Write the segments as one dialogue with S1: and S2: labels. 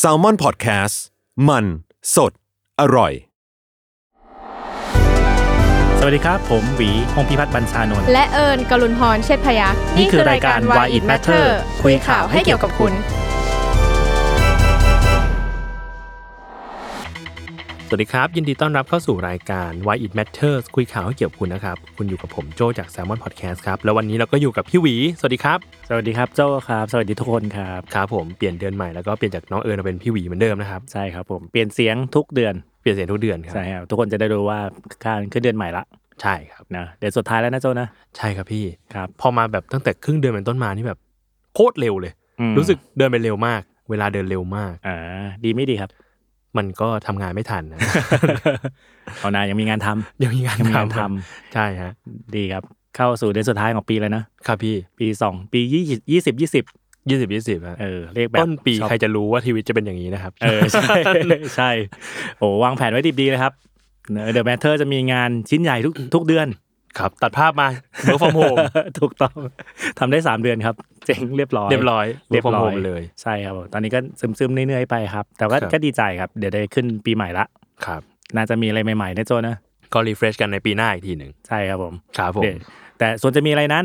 S1: s a l ม o n PODCAST มันสดอร่อย
S2: สวัสดีครับ ผมหวีพงพิพัฒน์บัญชานนท์
S3: และเอิญกลุนพรเชษฐพยักษ์
S2: นี่คือรายการ Why It Matter คุยข่าวให้เกี่ยวกับคุณ สวัสดีครับ ยินดีต้อนรับเข้าสู่รายการ Why It Matters คุยข่าวให้เกี่ยวกับคุณนะครับ คุณอยู่กับผมโจจาก Salmon Podcast ครับ แล้ววันนี้เราก็อยู่กับพี่หวี สวัสดีครับ
S4: สวัสดีครับโจ้ครับ สวัสดีทุกคนครับ
S2: ครับผมเปลี่ยนเดือนใหม่แล้วก็เปลี่ยนจากน้องเอิญมาเป็นพี่หวีเหมือนเดิมนะครับ
S4: ใช่ครับผมเปลี่ยนเสียงทุกเดือน
S2: เปลี่ยนเสียงทุกเดือนครับ
S4: ใช่ครับทุกคนจะได้รู้ว่าการขึ้นเดือนใหม่ละ
S2: ใช่ครับ
S4: นะเดือนสุดท้ายแล้วนะโจ้นะ
S2: ใช่ครับพี่
S4: ครับ
S2: พอมาแบบตั้งแต่ครึ่งเดือนเป็นต้นมานี่แบบโคตรเร็วเลย
S4: อืม
S2: รู้สึกเดินไปเร็วมาก เวลาเดินเร็วมาก
S4: อ่าดีไม่ดีครับ
S2: มันก็ทำงานไม่ทันนะ
S4: เอานายังมีงานทำ
S2: ยังมีงาน
S4: ยังมีงาน
S2: ทำ
S4: ท
S2: ใช่ฮะ
S4: ำดีครับ เข้าสู่เดือนสุดท้ายของปีแล้วนะครับ
S2: พี่
S4: ปีสองปียี่ยี่สิบยี่สิบ
S2: ยี่สิบยี่สิบฮะ
S4: เออเลขแบบ
S2: ต้นปี
S4: ชอบ
S2: ใครจะรู้ว่าชีวิตจะเป็นอย่างนี้นะครับ
S4: เอ อใช่ใช่โอ้วางแผนไว้ดีๆเลยครับเดอะแมทเทอร์จะมีงานชิ้นใหญ่ทุกทุกเดือน
S2: ครับ ตัดภาพมา work from home
S4: ถูกต้องทำได้สามเดือนครับ เจ๋งเรียบร้อย
S2: เรียบร้อย
S4: เรีย
S2: work
S4: บ
S2: from
S4: ร้อย
S2: home เลย
S4: ใช่ครับผมตอนนี้ก็ซึมๆเนื่อยๆไปครับ แต่ว่า
S2: ครับ
S4: ก็ดีใจครับ เดี๋ยวได้ขึ้นปีใหม่ละ
S2: ครับ
S4: น่าจะมีอะไรใหม่ๆนะโจนะ
S2: ก็รีเฟรชกันในปีหน้าอีกทีหนึ่ง
S4: ใช่ครับผม
S2: ครับผม
S4: เดี๋ยวแต่ส่วนจะมีอะไรนั้น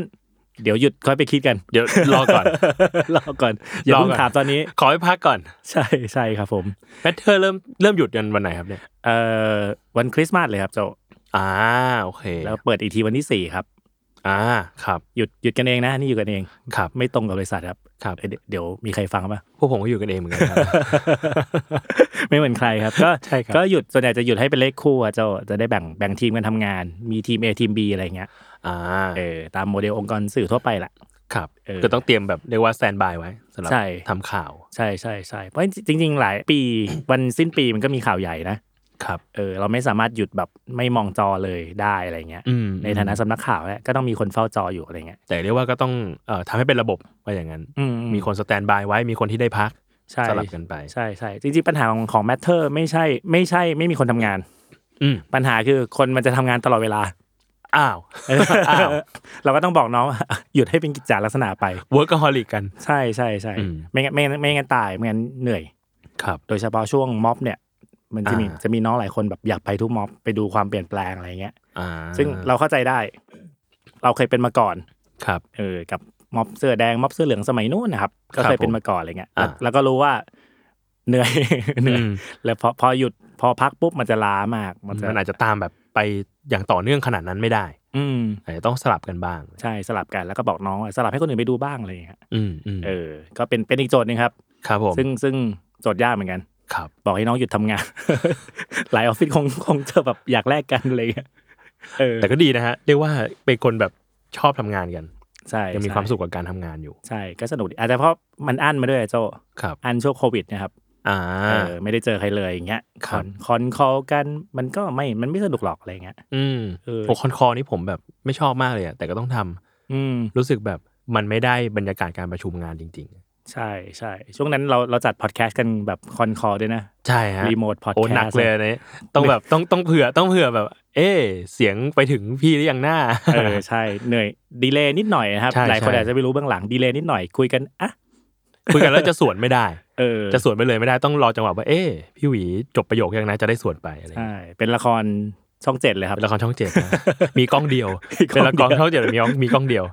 S4: เดี๋ยวหยุดค่อยไปคิดกัน
S2: เดี๋ยวรอก่อน
S4: รอก่อน อย่าร
S2: อก่อน
S4: เพิ่งถามตอนนี้
S2: ขอให้พักก่อน
S4: ใช่ใช่ครับผม
S2: แพทเทอร์เริ่มเริ่มหยุดกันวันไหนครับเนี่ย
S4: เอ่อวันคริสต์มาสเลยครับโจ
S2: อ่าโอเค
S4: แล้วเปิดอีกทีวันที่สี่ครับ
S2: อ่าครับ
S4: หยุดหยุดกันเองนะ นี่อยู่กันเอง
S2: ครับ
S4: ไม่ตรงกับบริษัทครับ
S2: ครับ
S4: เอ้ยเดี๋ยวเดี๋ยวมีใครฟัง ปะ
S2: พวกผมก็อยู่กันเองเหมือนกัน ครับ
S4: ไม่เหมือนใครครับ ก็
S2: ใช่ครับ
S4: ก็หยุดส่วนใหญ่จะหยุดให้เป็นเลขคู่อะเจ้าจะได้แบ่งแบ่งทีมกันทำงาน มีทีม A ทีม B อะไรเงี้ย
S2: อ่า
S4: เออตามโมเดลองค์กรสื่อทั่วไปแหละ
S2: ครับ
S4: เออ
S2: ก็ต้องเตรียมแบบเรียกว่าสแตนบายไว้สำหรับ
S4: ใช่
S2: ทำข่าว
S4: ใช่ใช่ใช่เพราะจริงๆ หลายปี วันสิ้นปีมันก็มีข่าวใหญ่นะครับ เออเราไม่สามารถหยุดแบบไม่มองจอเลยได้อะไรเงี้ย
S2: อืม
S4: ในฐานะสำนักข่าวเนี่ยก็ต้องมีคนเฝ้าจออยู่อะไรเงี้ย
S2: แต่เรียกว่าก็ต้องเอ่อทำให้เป็นระบบว่าอย่างนั้น
S4: อื
S2: มีคนสแตนบายไว้มีคนที่ได้พัก
S4: ใช่
S2: สลับกันไป
S4: ใช่ใช่จริงๆปัญหาของของแมทเทอร์ไม่ใช่ไม่ใช่ไม่มีคนทำงาน
S2: อืม
S4: ปัญหาคือคนมันจะทำงานตลอดเวลา
S2: อ้าว อ้าว
S4: เราก็ต้องบอกน้องว่า หยุดให้เป็นกิจจาลักษณะไป
S2: เวิร์กฮอลิกกัน
S4: ใช่ใช่ใช่
S2: อืม
S4: ไม่งั้นไม่งั้นไม่งั้นตายไม่งั้นเหนื่อย
S2: ครับ
S4: โดยเฉพาะช่วงม็อบเนี่ย มันจะมี
S2: อ่า
S4: จะมีน้องหลายคนแบบอยากไปทุกม็อบไปดูความเปลี่ยนแปลงอะไรเงี้ย
S2: อ่า
S4: ซึ่งเราเข้าใจได้ เราเคยเป็นมาก่อน
S2: ครับ
S4: เออกับม็อบเสื้อแดงม็อบเสื้อเหลืองสมัยนู้นนะครับ ก็เคยเป็นมาก่อนอะไรเงี้ย
S2: อ่า
S4: แล้วแล้วก็รู้ว่า เหนื่อยเหนื่อย
S2: อืม
S4: แล้วพอพอหยุดพอพักปุ๊บมันจะล้ามากมันจะ
S2: มันอาจจะตามแบบไปอย่างต่อเนื่องขนาดนั้นไม่ได้
S4: อืม
S2: อาจจะต้องสลับกันบ้าง
S4: ใช่สลับกันแล้วก็บอกน้องว่าสลับให้คนอื่นไปดูบ้างอะไรเงี้ย
S2: อืมอืม
S4: เออก็เป็นเป็นอีกโจทย์หนึงครับ
S2: ครับผม
S4: ซึ่งซึ่งโจทย์ยากเหมือนกัน
S2: ครับ
S4: บอกให้น้องหยุดทำงาน หลายออฟฟิศคงคงจะแบบอยากแลกกันอะไรเลยเออ
S2: แต่ก็ดีนะฮะเรียกว่าเป็นคนแบบชอบทำงานกัน
S4: ใช่
S2: ยังมี
S4: ใช่
S2: ความสุขกับการทำงานอยู่
S4: ใช่ ก็สนุกดีอาจจะเพราะมันอั้นมาด้วยโจ
S2: ครับ
S4: อั้นช่วงโควิดเนะครับ
S2: อ่า
S4: เออไม่ได้เจอใครเลยอย่างเงี้ย
S2: ครับ
S4: คอนคอลกันมันก็ไม่มันไม่สนุกหรอกอะไรเงี้ย
S2: อืม
S4: เออ
S2: โอคอนคอนี่ผมแบบไม่ชอบมากเลยอะแต่ก็ต้องทำ
S4: อืม
S2: รู้สึกแบบมันไม่ได้บรรยากาศการประชุมงานจริง
S4: ใช่ใช่ช่วงนั้นเราเราจัดพอดแคสต์กันแบบคอนคอลด้วยนะ
S2: ๆ ใช่ฮะ
S4: รีโมทพอด
S2: โอ้
S4: แคสต์
S2: หนักเลยอันนี้ต้องแบบต้องต้องเผื่อต้องเผื่อแบบ เอ๊ะเสียงไปถึงพี่หรือยังหน้า
S4: เออใช่เหนื่อยดีเลย์นิดหน่อยนะครับ
S2: ใช่
S4: หลายคน
S2: ใช่
S4: อาจจะไม่รู้เบื้องหลังดีเลย์นิดหน่อยคุยกันอ่ะ
S2: คุยกันแล้วจะสวนไม่ได้
S4: เออ
S2: จะสวนไปเลยไม่ได้ต้องรอจังหวะว่าเอ๊ะพี่หวีจบประโยคยังนะจะได้สวนไปอะไรอย่าง
S4: ใช่
S2: เงี้ย
S4: เป็นละครช่องเจ็ดเลยครับ
S2: เป็นละครช่องเจ็ดนะ มีกล้องเดียว
S4: มีกล้
S2: เป็
S4: องเดียว
S2: นละครช่องเจ็ดมีกล้องมีกล้องเดียว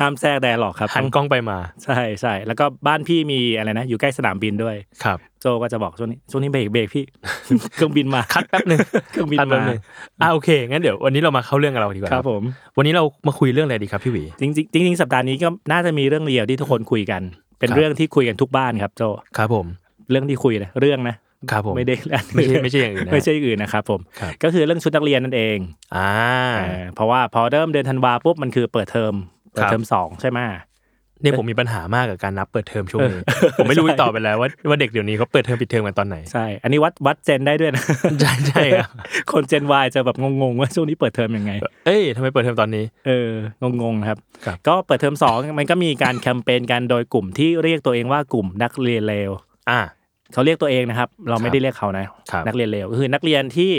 S4: ห้ามแทรกแดร์หรอกครับ
S2: หันกล้องไปมา
S4: ใช่ใช่แล้วก็บ้านพี่มีอะไรนะ อยู่ใกล้สนามบินด้วย
S2: ครับ
S4: โจก็จะบอกช่วงนี้ช่วงนี้เบรกเบรกพี่ เครื่องบินมา
S2: คัดแป๊บหนึ่ง
S4: เครื่องบิน
S2: คัดแป๊บ
S4: มา
S2: หนึ่งอ่ะโอเคงั้นเดี๋ยววันนี้เรามาเข้าเรื่องกับเราดีกว่า
S4: ครับผม
S2: วันนี้เรามาคุยเรื่องอะไรดีครับพี่หวี
S4: จริงๆจริงๆสัปดาห์นี้ก็น่าจะมีเรื่องเดียวที่ทุกคนคุยกัน เป็น
S2: ครับ
S4: เรื่องที่คุยกันทุกบ้านครับ โจ
S2: ครับผม
S4: เรื่องที่คุยนะเรื่องนะครับ
S2: ผม
S4: ไม่ได้
S2: ไม่ใช่ไม่ใช่อย่างอื่นนะ
S4: ไม่ใช่อื่นนะครับผม
S2: ครับ
S4: ก็คือเรื่องชุดนักเรียนนั่นเอง
S2: อ่า
S4: เออเพราะว่าพอเริ่มเดือนธันวาปุ๊บมันคือเปิดเทอมเปิด
S2: ครับ
S4: เทอมสองใช่ไหม
S2: เนี่ยผมมีปัญหามากกับการนับเปิดเทอมช่วงนี้ ผมไม่รู้อีกต่อไปแล้วว่าว่าเด็กเดี๋ยวนี้เขาเปิดเทอมปิดเทอมกันตอนไหน
S4: ใช่ อันนี้วัดวัดเจนได้ด้วยนะ
S2: ใช่ใช่ครับ
S4: คนเจนวายจะแบบงงๆว่าช่วงนี้เปิดเทอมยังไง
S2: เอ้ยทำไมเปิดเทอมตอนนี้
S4: เอองงๆนะครับ
S2: ครับ
S4: ก็เปิดเทอมสองมันก็มีการแคมเปญกันโดยกลุ่มที่เรียกตัวเองว่ากลุ่มนักเรียนเลว
S2: อ่า
S4: เขาเรียกตัวเองนะครับ เรา
S2: ครั
S4: ไม่
S2: บ
S4: ได้เรียกเขานะ
S2: ครับ
S4: นักเรียนเลวก็คือนักเรียนที่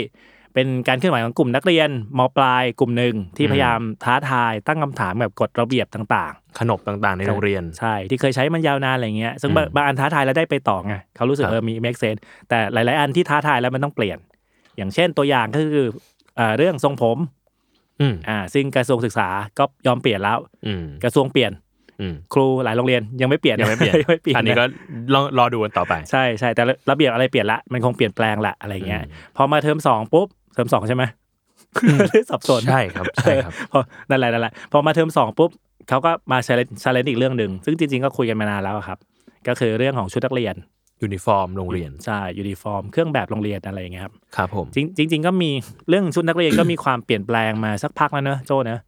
S4: เป็นการเคลื่อนไหวของกลุ่มนักเรียนมปลายกลุ่มหนึ่งที่
S2: อืม
S4: พยายามท้าทายตั้งคำถามแบบกฎระเบียบต่าง
S2: ขนบต่างๆ ใน
S4: ครับ
S2: โรงเรียน
S4: ๆ ใช่ ที่เคยใช้มันยาวนานอะไรเงี้ยซึ่งบาง
S2: อืม
S4: บางอันท้าทายแล้วได้ไปต่อไงเขารู้สึก
S2: ครับ
S4: เออมีเมคเซนแต่หลาย ๆ อันที่ท้าทายแล้วมันต้องเปลี่ยน อย่างเช่นตัวอย่างก็คือเอ่อเรื่องทรงผม
S2: อืม
S4: อ่าซึ่งกระทรวงศึกษาก็ยอมเปลี่ยนแล้ว
S2: อืม
S4: กระทรวงเปลี่ยน
S2: อืม
S4: ครูหลายโรงเรียนยังไม่เปลี่ยน
S2: ยังไม่เปลี่ยน
S4: ไม่เปลี่ย
S2: อันนี้
S4: นะ
S2: ก็รอรอดูกันต่อไป
S4: ใช่ใช่แต่ระเบียบอะไรเปลี่ยนละมันคงเปลี่ยนแปลงละอะไรเงี้ย
S2: อืม
S4: พอมาเทอมสองปุ๊บเทอมสองใช่ ไหม สับสน
S2: ใช่ครับใช่ครับ
S4: พอนั่นแหละนั่นแหละพอมาเทอมสองปุ๊บเขาก็มาชาเลนจ์อีกเรื่องหนึ่งซึ่งจริงๆก็คุยกันมานานแล้วอะครับ ก็คือเรื่องของชุดนักเรียน
S2: ยูนิฟอร์มโรงเรียน
S4: ใช่ยูนิฟอร์มเครื่องแบบโรงเรียนอะไรอย่างเงี้ยครับ
S2: ครับผม
S4: จริงจริง ๆ ก็มีเรื่องชุดนักเรียน ก็มีความเปลี่ยนแปลงมาสักพักแล้วเนอะโจเนอะ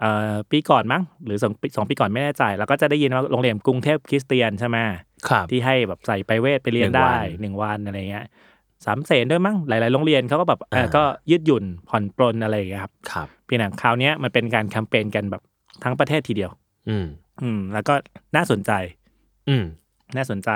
S4: เอ่อปีก่อนมั้งหรือสองปีสองปีก่อนไม่แน่ใจแล้วก็จะได้ยินว่าโรงเรียนกรุงเทพคริสเตียนใช่ไหม
S2: ครับ
S4: ที่ให้แบบใส่ไปเวทไปเรียน
S2: หนึ่งวั
S4: ได้
S2: น
S4: หนึ่งวันอะไรเงี้ยสามเสนด้วยมั้งหลาย ๆ โรงเรียนเขาก็แบบเออ
S2: อ่า
S4: ก็ยืดหยุ่นผ่อนปลนอะไรอย่างเงี้ยครับ
S2: ครับ
S4: เพี่หนังคราวเนี้ยมันเป็นการแคมเปญกันแบบทั้งประเทศทีเดียว
S2: อืม
S4: อืม แล้วก็น่าสนใจ
S2: อืม
S4: น่าสนใจ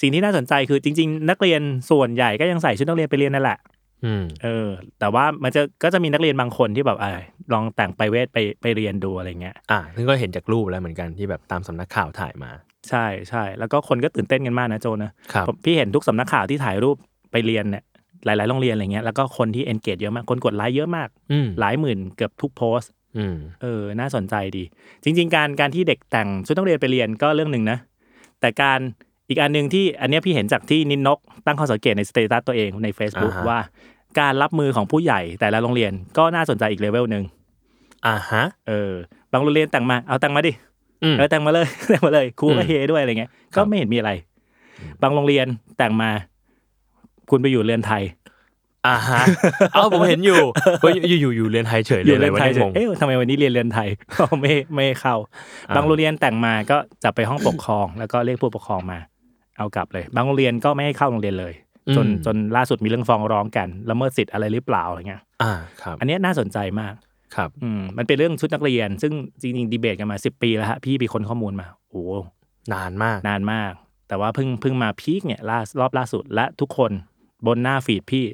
S4: สิ่งที่น่าสนใจคือจริง ๆ นักเรียนส่วนใหญ่ก็ยังใส่ชุดนักเรียนไปเรียนนั่นแหละ
S2: อืม
S4: เออแต่ว่ามันจะก็จะมีนักเรียนบางคนที่แบบเออลองแต่งไปเวทไปไปเรียนดูอะไรเงี้ย
S2: อ่าซึ่งก็เห็นจากรูปแล้วเหมือนกันที่แบบตามสำนักข่าวถ่ายมา
S4: ใช่ใช่แล้วก็คนก็ตื่นเต้นกันมากนะโจนะ
S2: ครับ
S4: ผมพี่เห็นทุกสำนักข่าวที่ถ่ายรูปไปเรียนเนี่ยหลาย ๆ โรงเรียนอะไรเงี้ยแล้วก็คนที่ engage เยอะมาก คนกดไลค์เยอะมาก
S2: อืม
S4: หลายหมื่นเกือบทุกโพสต์
S2: อืม
S4: เออน่าสนใจดี จริง ๆ การการที่เด็กแต่งชุดนักเรียนไปเรียนก็เรื่องหนึ่งนะ แต่การอีกอันหนึ่งที่อันเนี้ยพี่เห็นจากที่นินนก ตั้งข้อสังเกตในสเตตัสตัวเองใน Facebook ว่า การรับมือของผู้ใหญ่แต่ละโรงเรียนก็น่าสนใจอีกเลเวลหนึ่ง
S2: อ่าฮะ
S4: เออบางโรงเรียนแต่งมาเอาแต่งมาดิ
S2: อืม
S4: เออแต่งมาเลย แต่งมาเลยครูก็
S2: อืม
S4: เฮด้วยอะไรเงี้ย
S2: ครั
S4: ก็
S2: บ
S4: ไม่เห็นมีอะไร บางโรงเรียนแต่งมา คุณไปอยู่เรือนไทย
S2: อ่าฮะเอาผมเห็นอยู่เฮ้ยอยู่อยู่อยู่เรียนไทยเฉยเลย
S4: เรื
S2: เลย
S4: น
S2: วัน
S4: ไทย
S2: นี้งง
S4: เอ๊ะทำไมวันนี้เรียนเรือนไทย ก็ไม่ไม่เข้า
S2: อ่า
S4: บางโรงเรียนแต่งมาก็จับไปห้องปกครอง แล้วก็เรียกผู้ปกครองมา เอากลับเลย บางโรงเรียนก็ไม่ให้เข้าโรงเรียนเลย จนจนล่าสุดมีเรื่องฟ้องร้องกันละเมิดสิทธิ์อะไรหรือเปล่าอะไรเงี้ย
S2: อ่าครับ
S4: อันเนี้ยน่าสนใจมาก
S2: ครับ
S4: อืมมันเป็นเรื่องชุดนักเรียน ซึ่งจริงๆดีเบตกันมาสิบปีแล้วฮะพี่ไปค้นข้อมูลมาโอ้
S2: นานมาก
S4: นานมาก แต่ว่าเพิ่งเพิ่งมาพีคเนี่ยล่ารอบล่าสุดและทุกคนบนหน้าฟีดพี่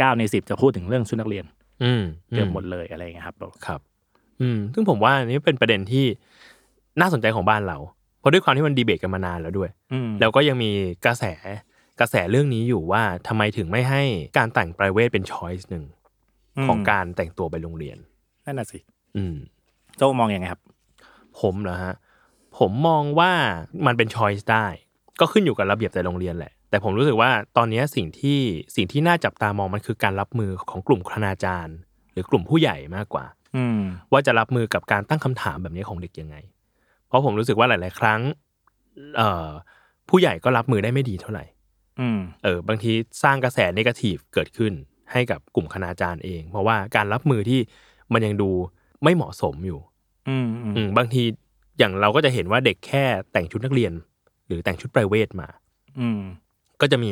S4: 9 ใน 10 จะพูดถึงเรื่องชุดนักเรียน
S2: อืม
S4: เกือบหมดเลยอะไรอย่างเงี้ยครับ
S2: ครับ อืม ซึ่งผมว่าอันนี่เป็นประเด็นที่น่าสนใจของบ้านเรา เพราะด้วยความที่มันดีเบตกันมานานแล้วด้วย
S4: อืม
S2: แล้วก็ยังมีกระแสกระแสเรื่องนี้อยู่ว่าทำไมถึงไม่ให้การแต่งไพรเวทเป็นช้อยส์หนึ่ง
S4: ม
S2: ของการแต่งตัวไปโรงเรียน
S4: นั่นน่ะสิ
S2: อืม
S4: โจมองอยังไงครับ
S2: ผมเหรอฮะ ผมมองว่ามันเป็นช้อยส์ได้ ก็ขึ้นอยู่กับระเบียบแต่โรงเรียนแหละ แต่ผมรู้สึกว่าตอนเนี้ยสิ่งที่สิ่งที่น่าจับตามองมันคือการรับมือของกลุ่มคณาจารย์ หรือกลุ่มผู้ใหญ่มากกว่า
S4: อืม
S2: ว่าจะรับมือกับการตั้งคำถามแบบนี้ของเด็กยังไง เพราะผมรู้สึกว่าหลาย ๆ ครั้งเอ่อผู้ใหญ่ก็รับมือได้ไม่ดีเท่าไหร่
S4: อืม
S2: เออบางทีสร้างกระแสนกาทีฟเกิดขึ้นให้กับกลุ่มคณาจารย์เอง เพราะว่าการรับมือที่มันยังดูไม่เหมาะสมอยู่
S4: อืม
S2: อืมบางทีอย่างเราก็จะเห็นว่าเด็กแค่แต่งชุดนักเรียน หรือแต่งชุดไพรเวทมา
S4: อืม
S2: ก็จะมี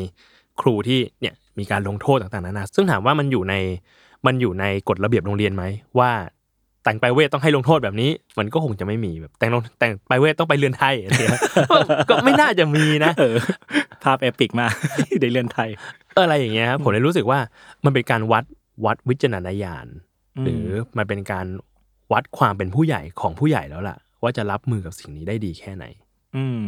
S2: ครูที่เนี่ยมีการลงโทษต่างๆนานาซึ่งถามว่ามันอยู่ในมันอยู่ในกฎระเบียบโรงเรียนไหมว่า แต่งไพรเวทต้องให้ลงโทษแบบนี้ มันก็คงจะไม่มีแบบแต่งลงแต่งไพรเวทต้องไปเรือนไทยอะไร เงี้ย ก็ไม่น่าจะมีนะ
S4: เออ ภาพเอปิกมาก ในเรือนไทย
S2: เอออะไรอย่างเงี้ยครับผมเลยรู้สึกว่ามันเป็นการวัดวัดวิจารณญาณ
S4: อืม
S2: หรือมันเป็นการวัดความเป็นผู้ใหญ่ของผู้ใหญ่แล้วล่ะ ว่าจะรับมือกับสิ่งนี้ได้ดีแค่ไหน
S4: อืม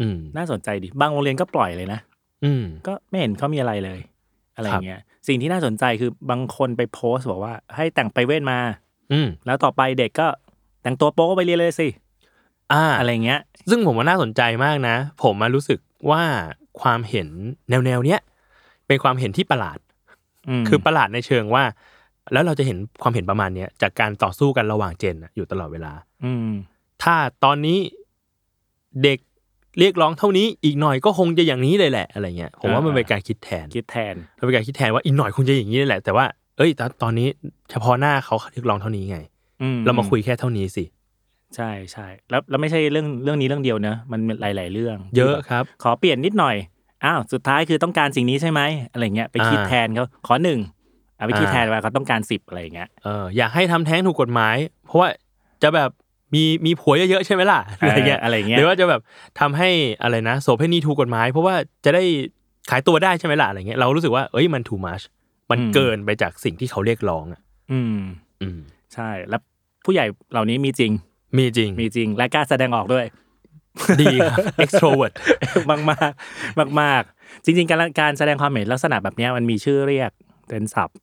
S2: อืม
S4: น่าสนใจดี บางโรงเรียนก็ปล่อยเลยนะ
S2: อืม
S4: ก็ไม่เห็นเขามีอะไรเลย อะไรอย่างเงี้ย สิ่งที่น่าสนใจคือบางคนไปโพสต์บอกว่า ให้แต่งไปเวทมา
S2: อืม
S4: แล้วต่อไปเด็กก็แต่งตัวโป๊ไปเรียนเลยสิ
S2: อ่า
S4: อะไรเงี้ย
S2: ซึ่งผมว่าน่าสนใจมากนะ ผมมารู้สึกว่าความเห็นแนวแนวๆเนี้ยเป็นความเห็นที่ประหลาด
S4: ม
S2: คือประหลาดในเชิงว่า แล้วเราจะเห็นความเห็นประมาณเนี้ยจากการต่อสู้กันระหว่างเจนน่ะอยู่ตลอดเวลา
S4: อืม
S2: ถ้าตอนนี้เด็กเรียกร้องเท่านี้อีกหน่อยก็คงจะอย่างนี้เลยแหละอะไรเงี้ยผมว่า
S4: อ่ามั
S2: มันเป็นการคิดแทน
S4: คิดแทน
S2: มันเป็นการคิดแทนว่าอีกหน่อยคงจะอย่างนี้เลยแหละ แต่ว่าเอ้ยตอนตอนนี้เฉพาะหน้าเขาเรียกร้องเท่านี้ไง
S4: อื
S2: เรามาคุยแค่เท่านี้สิ
S4: ใช่ใช่แล้วแล้วไม่ใช่เรื่องเรื่องนี้เรื่องเดียวนะมันหลาย ๆ เรื่อง
S2: เยอะ
S4: ที่แบบ
S2: ครับ
S4: ขอเปลี่ยนนิดหน่อยอ้าวสุดท้ายคือต้องการสิ่งนี้ใช่ไหมอะไรเงี้ยไปคิด
S2: อ่า
S4: แทนเขาขอหนึ่งเอาไปคิด
S2: อ่า
S4: แทนว่าเขาต้องการสิบอะไรเงี้ย
S2: เอออยากให้ทำแท้งถูกกฎหมาย เพราะว่าจะแบบมีมีผัวเยอะๆใช่ไหมล่ะอะไรเงี้ย
S4: อะไร
S2: ห
S4: เงี้ย
S2: รือว่าจะแบบทำให้อะไรนะโสเภณีถูกกฎหมาย เพราะว่าจะได้ขายตัวได้ใช่ไหมล่ะอะไรเงี้ยเรารู้สึกว่าเอ้ยมัน too much มัน
S4: อืม
S2: เกินไปจากสิ่งที่เขาเรียกร้องอ่ะ
S4: อืม
S2: อืม
S4: ใช่แล้วผู้ใหญ่เหล่านี้มีจริง
S2: มีจริง
S4: มีจริง และกล้าแสดงออกด้วย
S2: ดีครับ extrovert
S4: มากมากมากมากๆจริง ๆ การการแสดงความเห็นลักษณะแบบเนี้ยมันมีชื่อเรียกเป็นศัพท์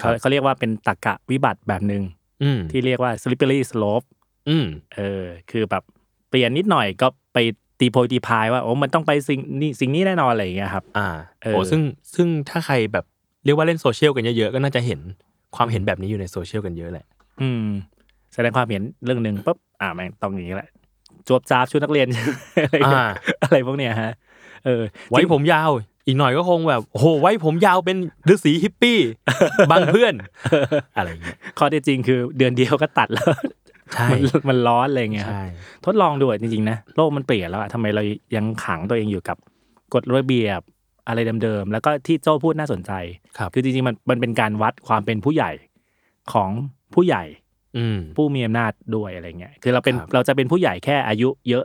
S2: ครั
S4: เขา
S2: บ
S4: เขาเรียกว่าเป็นตรรกะวิบัติแบบหนึ่ง
S2: อืม
S4: ที่เรียกว่า slippery slope
S2: อืม
S4: เออคือแบบเปลี่ยนนิดหน่อยก็ไปตีโพยตีพายว่าโอ้มันต้องไปสิ่งนี้สิ่งนี้แน่นอนอะไรอย่างเงี้ยครับ
S2: อ่า
S4: เออ
S2: โอ้ซึ่งซึ่งถ้าใครแบบเรียกว่าเล่นโซเชียลกันเยอะๆ ก็น่าจะเห็นความเห็นแบบนี้อยู่ในโซเชียลกันเยอะแหละ
S4: อืม แสดงความเห็นเรื่องหนึ่งปุ๊บอ่าแม่งต้องอย่างนี้แหละจวบจ้าบชุดนักเรียน
S2: อ่า
S4: อะไรพวกเนี้ยฮะเออ
S2: ไว้ผมยาว อีกหน่อยก็คงแบบโอ้โหไว้ผมยาวเป็นฤาษีฮิปปี้ บางเพื่อน อะไรอย่างเงี้ย
S4: ข้อเท็จจริงคือเดือนเดียวก็ตัดแล้ว
S2: ใช่
S4: มันมันร้อนอะไรอย่างเงี้ยครับ
S2: ใช่
S4: ทดลองดูอะจริงๆนะโลกมันเปลี่ยนแล้วอะทำไมเรายังขังตัวเองอยู่กับกฎระเบียบอะไรเดิมๆแล้วก็ที่โจ้พูดน่าสนใจ
S2: ครับ
S4: คือจริงๆมันมันเป็นการวัดความเป็นผู้ใหญ่ของผู้ใหญ่
S2: อืม
S4: ผู้มีอำนาจด้วยอะไรเงี้ยคือเราเป็น
S2: ครับ
S4: เราจะเป็นผู้ใหญ่แค่อายุเยอะ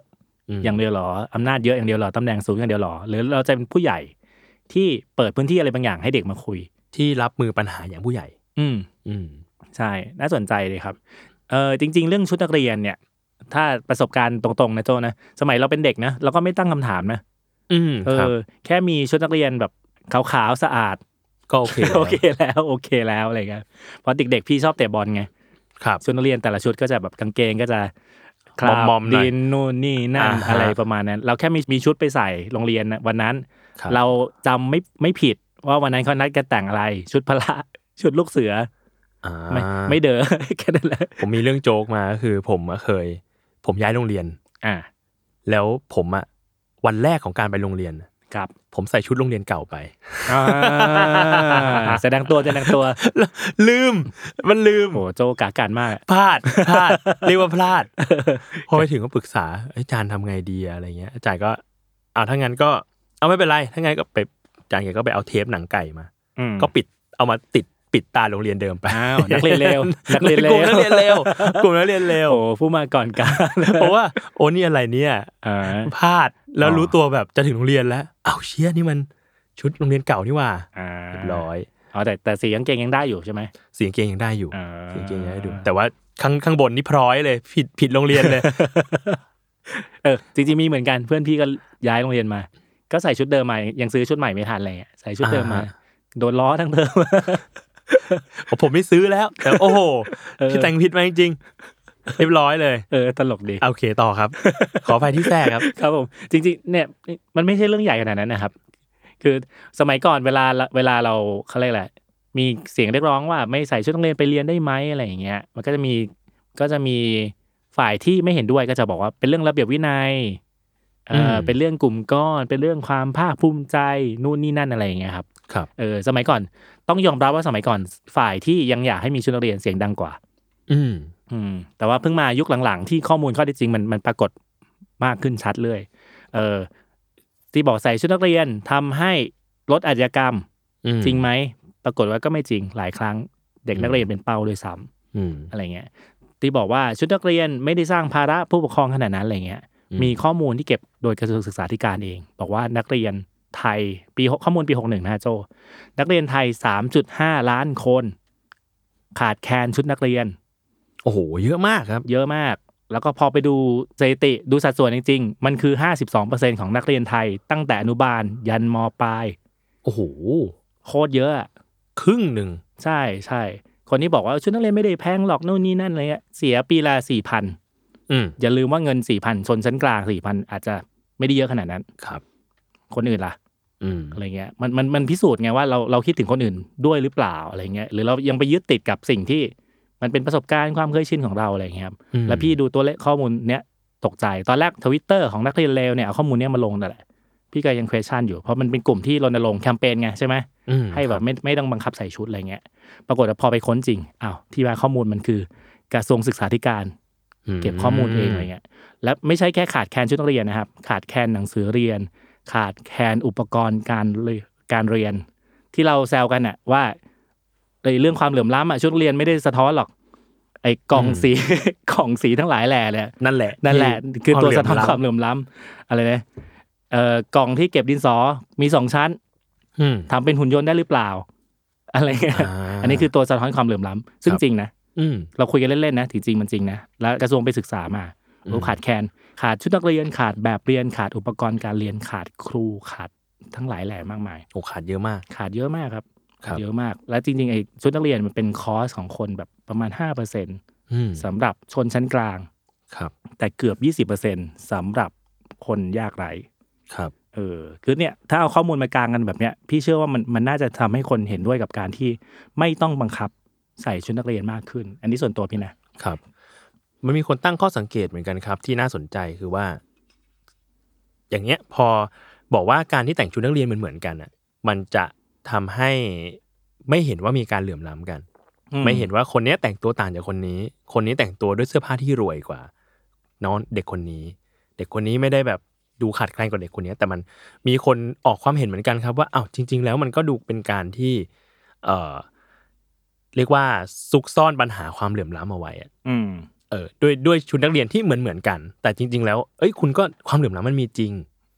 S2: ม
S4: อย่างเดียวหรออำนาจเยอะอย่างเดียวหรอตำแหน่งสูงอย่างเดียวหรอหรือเราจะเป็นผู้ใหญ่ที่เปิดพื้นที่อะไรบางอย่างให้เด็กมาคุย
S2: ที่รับมือปัญหาอย่างผู้ใหญ่
S4: อืม
S2: อืม
S4: ใช่ น่าสนใจเลยครับ เออจริง ๆ เรื่องชุดนักเรียนเนี่ย ถ้าประสบการณ์ตรงๆนะโจนะ สมัยเราเป็นเด็กนะเราก็ไม่ตั้งคำถามนะ
S2: อืม
S4: เอ
S2: ครับ
S4: อ แค่มีชุดนักเรียนแบบขาวๆสะอาด
S2: ก็โอเคแล้ว
S4: โอเคแล้วโอเคแล้วอะไรเงี้ยเพราะเด็กๆพี่ชอบเตะบอลไง
S2: ครับ
S4: ชุดนักเรียนแต่ละชุดก็จะแบบกางเกงก็จะคราบ
S2: มอมๆหน่อย
S4: ดินนู่นนี่นั่น
S2: อ่าฮะ
S4: อะไรประมาณนั้น เราแค่มีมีชุดไปใส่โรงเรียนน่ะวันนั้น
S2: ครับ
S4: เราจำไม่ไม่ผิดว่าวันนั้นเขานัดกันแต่งอะไร ชุดพละ ชุดลูกเสือ
S2: อ่า
S4: อไม่ไม่เดอ แค่นั้นแห ละ
S2: ผมมีเรื่องโจ๊กมาก็คือ ผมอะเคย ผมย้ายโรงเรียน
S4: อ่า
S2: แล้วผมอะวันแรกของการไปโรงเรียน
S4: ครับ
S2: ผมใส่ชุดโรงเรียนเก่าไป
S4: อ่าแสดงตัวแสดงตัว
S2: ลืม มันลืม
S4: โหโจกาการมาก
S2: พลาดพลาด เรียกว่าพลาด พอไปถึงก็ปรึกษาเอ้ยอาจารย์ทำไงดีอะอะไรเงี้ยอาจารย์ก็อ้าวถ้างั้นก็เอาไม่เป็นไรถ้างั้นก็ไปอาจารย์แกก็ไปเอาเทปหนังไก่มา ก็ปิดเอามาติดปิดตาโรงเรียนเดิมไป
S4: อ้าวนักเรียน เลวนั
S2: นั
S4: ก
S2: ก
S4: เรี
S2: เรี
S4: ย
S2: ย
S4: น
S2: น
S4: เล
S2: เล
S4: ว
S2: วกลุ่มนักเรียน เลวกลุ่มนักเรียนเลว
S4: โอ้ผู้มาก่อนการ
S2: เพราะว่าโอ้นี่อะไรเนี่ย
S4: อ่า
S2: พลาดแล้ว
S4: อ๋อ
S2: รู้ตัวแบบจะถึงโรงเรียนแล้วอ้าวเชี่ยนี่มันชุดโรงเรียนเก่านี่หว่า
S4: อ่า
S2: เรียบร้อย
S4: อ๋อแต่แต่สีกางเกงยังได้อยู่ใช่ไหม
S2: เสียงเกงยังได้อยู่
S4: อ่า
S2: จริงๆนะให้ดูแต่ว่าข้างข้างบนนี่พร้อยเลยผิดผิดโรงเรียนเลย
S4: เออจริงๆมีเหมือนกันเพื่อนพี่ก็ย้ายโรงเรียนมา ก็ใส่ชุดเดิมมายังซื้อชุดใหม่ไม่ทันเลยอะใส่ชุดเดิมมา
S2: อ่าฮะ
S4: โดนล้อทั้งเดิม
S2: ผมผมไม่ซื้อแล้ว แต่โอ้โห
S4: เออ
S2: พี่แต่งผิดมาจริงๆเรียบร้อยเลย
S4: เออตลกดี
S2: โอเคต่อครับ ขออภัยที่แทรกครับ
S4: ครับผมจริงๆเนี่ยมันไม่ใช่เรื่องใหญ่ขนาดนั้นนะครับ คือสมัยก่อนเวลาเวลาเราเขาเรียกแหละไรมีเสียงเรียกร้องว่าไม่ใส่ชุดนักเรียนไปเรียนได้ไหมอะไรอย่างเงี้ย มันก็จะมีก็จะมีฝ่ายที่ไม่เห็นด้วยก็จะบอกว่าเป็นเรื่องระเบียบวินัยเอออ
S2: ม
S4: เป็นเรื่องกลุ่มก้อน เป็นเรื่องความภาคภูมิใจนู่นนี่นั่นอะไรอย่างเงี้ยครับ
S2: ครับ
S4: เออสมัยก่อนต้องยอมรับว่าสมัยก่อนฝ่ายที่ยังอยากให้มีชุดนักเรียนเสียงดังกว่า
S2: อืม
S4: อืมแต่ว่าเพิ่งมายุคหลังๆ ที่ข้อมูลข้อเท็จจริงมันมันปรากฏมากขึ้นชัดเลยเออที่บอกใส่ชุดนักเรียนทำให้ลดอาชญากรรม
S2: อืม
S4: จริงไหม ปรากฏว่าก็ไม่จริงหลายครั้ง เด็กนักเรียนเป็นเป้าด้วยซ้ำ
S2: อืม
S4: อะไรเงี้ยที่บอกว่าชุดนักเรียนไม่ได้สร้างภาระผู้ปกครองขนาดนั้นอะไรเงี้ย
S2: อืม
S4: มีข้อมูลที่เก็บโดยกระทรวงศึกษาธิการเอง บอกว่านักเรียนไทยปีข้อมูลปีหกหนึ่งนะโจ นักเรียนไทยสามจุดห้าล้านคน ขาดแคลนชุดนักเรียน
S2: โอ้โห เยอะมากครับ
S4: เยอะมาก แล้วก็พอไปดูสถิติดูสัดส่วนจริงๆ มันคือ 52%ของนักเรียนไทย ตั้งแต่อนุบาลยันมปลาย
S2: โอ้โห
S4: โคตรเยอะอะ
S2: ครึ่งหนึ่ง
S4: ใช่ใช่คนที่บอกว่าชุดนักเรียนไม่ได้แพงหรอกโน่นนี่นั่นเลยอะเสียปีละ 4,000
S2: อืม
S4: อย่าลืมว่าเงิน 4,000 ชนชั้นกลาง 4,000 อาจจะไม่ได้เยอะขนาดนั้น
S2: ครับ
S4: คนอื่นล่ะ
S2: อืม
S4: อะไรเงี้ยมันมันมันพิสูจน์ไงว่าเราเราคิดถึงคนอื่นด้วยหรือเปล่าอะไรเงี้ยหรือเรายังไปยึดติดกับสิ่งที่มันเป็นประสบการณ์ความเคยชินของเราอะไรเงี้ยครับ
S2: อืม
S4: แล้วพี่ดูตัวเลขข้อมูลเนี้ยตกใจ ตอนแรกทวิตเตอร์ของนักเรียนเลวเนี่ยเอาข้อมูลเนี้ยมาลงนั่นแหละ พี่ก็ยัง question อยู่ เพราะมันเป็นกลุ่มที่รณรงค์แคมเปญไงใช่ไหม
S2: อืม
S4: ให้แบบไม่ไม่ต้องบังคับใส่ชุดอะไรเงี้ย ปรากฏว่าพอไปค้นจริงอ้าวที่มาข้อมูลมันคือกระทรวงศึกษาธิการ เก็บข้อมูลเองอะไรเงี้ย และไม่ใช่แค่ขาดแคลนชุดนักเรียนนะครับ ขาดแคลนหนังสือเรียน ขาดแคลนอุปกรณ์การเรียการเรียน ที่เราแซวกันอะว่าเอ้ยเรื่องความเหลื่อมล้ำอะชุดนักเรียนไม่ได้สะท้อนหรอก ไอ้กล่องสี กล่องสีทั้งหลายแหล่เนี่ย
S2: นั่นแหละ
S4: นั่นแหละ
S2: ที่
S4: คือตัวสะท้อน
S2: เห
S4: ค
S2: ลื่
S4: วาม
S2: ม
S4: เห
S2: ล้
S4: ลื่อมล้ำอะไรนะเอ่อกล่องที่เก็บดินสอมีสองชั้น
S2: ำอืม
S4: ทำเป็นหุ่นยนต์ได้หรือเปล่า อะไรเงี้ย
S2: อ่า
S4: อันนี้คือตัวสะท้อนความเหลื่อมล้ำซึ่ง
S2: ครับ
S4: จริงนะ
S2: อืม
S4: เราคุยกันเล่นๆนะถึงจริงมันจริงนะ แล้วกระทรวงไปศึกษามา
S2: อืม
S4: โอ้ขาดแคลนขาดชุดนักเรียนขาดแบบเรียนขาดอุปกรณ์การเรียนขาดครูขาดทั้งหลายแหล่มากมาย
S2: โอ้ขาดเยอะมาก
S4: ขาดเยอะมากครับ
S2: ครับ
S4: เยอะมาก แล้วจริงๆไอ้ชุดนักเรียนมันเป็นคอร์สของคนแบบประมาณ 5%
S2: อืม
S4: สำหรับชนชั้นกลาง
S2: ครับ
S4: แต่เกือบ 20%สำหรับคนยากไร้
S2: ครับ
S4: เออคือเนี่ยถ้าเอาข้อมูลมากลางกันแบบเนี้ยพี่เชื่อว่ามันมันน่าจะทำให้คนเห็นด้วยกับการที่ไม่ต้องบังคับใส่ชุดนักเรียนมากขึ้น อันนี้ส่วนตัวพี่นะ
S2: ครับ มันมีคนตั้งข้อสังเกตเหมือนกันครับ ที่น่าสนใจคือว่า อย่างเงี้ย พอบอกว่าการที่แต่งชุดนักเรียนเหมือนๆกันอ่ะ มันจะทำให้ไม่เห็นว่ามีการเหลื่อมล้ำกัน
S4: อืม
S2: ไม่เห็นว่าคนเนี้ยแต่งตัวต่างจากคนนี้ คนนี้แต่งตัวด้วยเสื้อผ้าที่รวยกว่า น้องเด็กคนนี้ เด็กคนนี้ไม่ได้แบบดูขาดแคลนกว่าเด็กคนเนี้ยแต่มันมีคนออกความเห็นเหมือนกันครับว่าอ้าวจริง ๆ แล้วมันก็ดูเป็นการที่ เอ่อ เรียกว่าซุกซ่อนปัญหาความเหลื่อมล้ำเอาไว้อะ
S4: อืม
S2: เออด้วยด้วยชุดนักเรียนที่เหมือนเหมือนกัน แต่จริง ๆ แล้ว เอ้ยคุณก็ความเหลื่อมล้ำมันมีจริง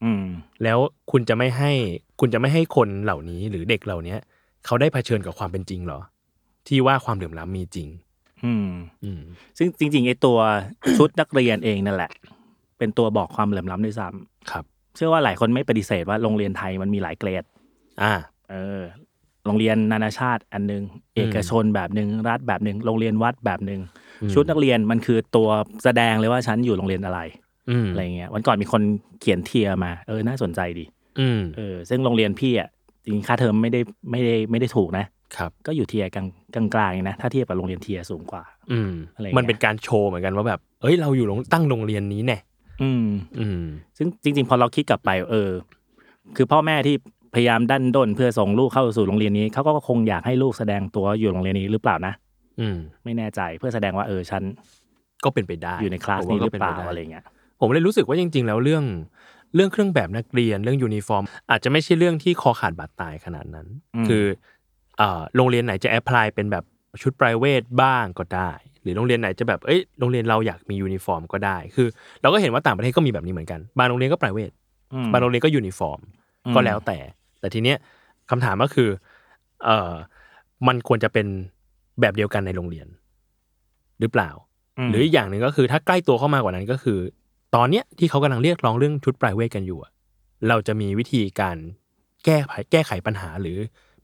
S4: อืม
S2: แล้วคุณจะไม่ให้คุณจะไม่ให้คนเหล่านี้หรือเด็กเหล่าเนี้ยเขาได้เผชิญกับความเป็นจริงเหรอ ที่ว่าความเหลื่อมล้ำมีจริง
S4: อืม
S2: อืม
S4: ซึ่งจริงๆไอ้ตัว ชุดนักเรียนเองนั่นแหละ เป็นตัวบอกความเหลื่อมล้ำด้วยซ้
S2: ครับ
S4: ำเชื่อว่าหลายคนไม่ปฏิเสธว่าโรงเรียนไทยมันมีหลายเกรด
S2: อ่า
S4: เออ โรงเรียนนานาชาติอันหนึง เอกชนแบบหนึ่งรัฐแบบหนึ่งโรงเรียนวัดแบบหนึ่ง
S2: อืม
S4: ชุดนักเรียนมันคือตัวแสดงเลยว่าฉันอยู่โรงเรียนอะไร
S2: อืม
S4: อะไรเงี้ยวันก่อนมีคนเขียนเทียร์มาเออน่าสนใจดี
S2: อืม
S4: เออซึ่งโรงเรียนพี่อ่ะจริงๆค่าเทอมไม่ได้ไม่ได้ไม่ได้ถูกนะ
S2: ครับ
S4: ก็อยู่เทียร์กลางกลางๆเองนะ ถ้าเทียบกับโรงเรียนเทียร์สูงกว่า
S2: อืม
S4: อะไรเงี้ย
S2: มันเป็นการโชว์เหมือนกันว่าแบบ เอ้ยเราอยู่โรงตั้งโรงเรียนนี้แน่
S4: อืม
S2: อืม
S4: ซึ่งจริง ๆ พอเราคิดกลับไป เออ คือพ่อแม่ที่พยายามดันด้นเพื่อส่งลูกเข้าสู่โรงเรียนนี้เขาก็คงอยากให้ลูกแสดงตัวอยู่โรงเรียนนี้หรือเปล่านะ
S2: อืม
S4: ไม่แน่ใจเพื่อแสดงว่าเออฉัน
S2: ก็เป็นไปได้
S4: อยู่ในคลาสนี้หรือเปล่า
S2: ผมว่ก็นปด้
S4: อะไรเงี้ย
S2: ผมเลยรู้สึกว่าจริง ๆ แล้วเรื่องเรื่องเครื่องแบบนักเรียนเรื่องยูนิฟอร์ม อาจจะไม่ใช่เรื่องที่คอขาดบาดตายขนาดนั้น
S4: อืม
S2: คือเอ่อโรงเรียนไหนจะแอพพลายเป็นแบบชุด p r i v a t บ้างก็ได้ หรือโรงเรียนไหนจะแบบเอ้ยโรงเรียนเราอยากมียูนิฟอร์มก็ได้ คือ เราก็เห็นว่าต่างประเทศก็มีแบบนี้เหมือนกันบางโรงเรียนก็ p r i v a t
S4: อืม
S2: บางโรงเรียนก็ยูนิฟอร์ม
S4: อืม
S2: ก็แล้วแต่ แต่ทีเนี้ยคำถามก็คือเอ่อมันควรจะเป็นแบบเดียวกันในโรงเรียน หรือเปล่า หรืออีกอย่างหนึ่งก็คือถ้าใกล้ตัวเข้ามากกว่านั้นก็คือ ตอนเนี้ยที่เขากำลังเรียกร้องเรื่องชุดปลายเวทกันอยู่อะเราจะมีวิธีการแก้ไขแก้ไขปัญหา หรือ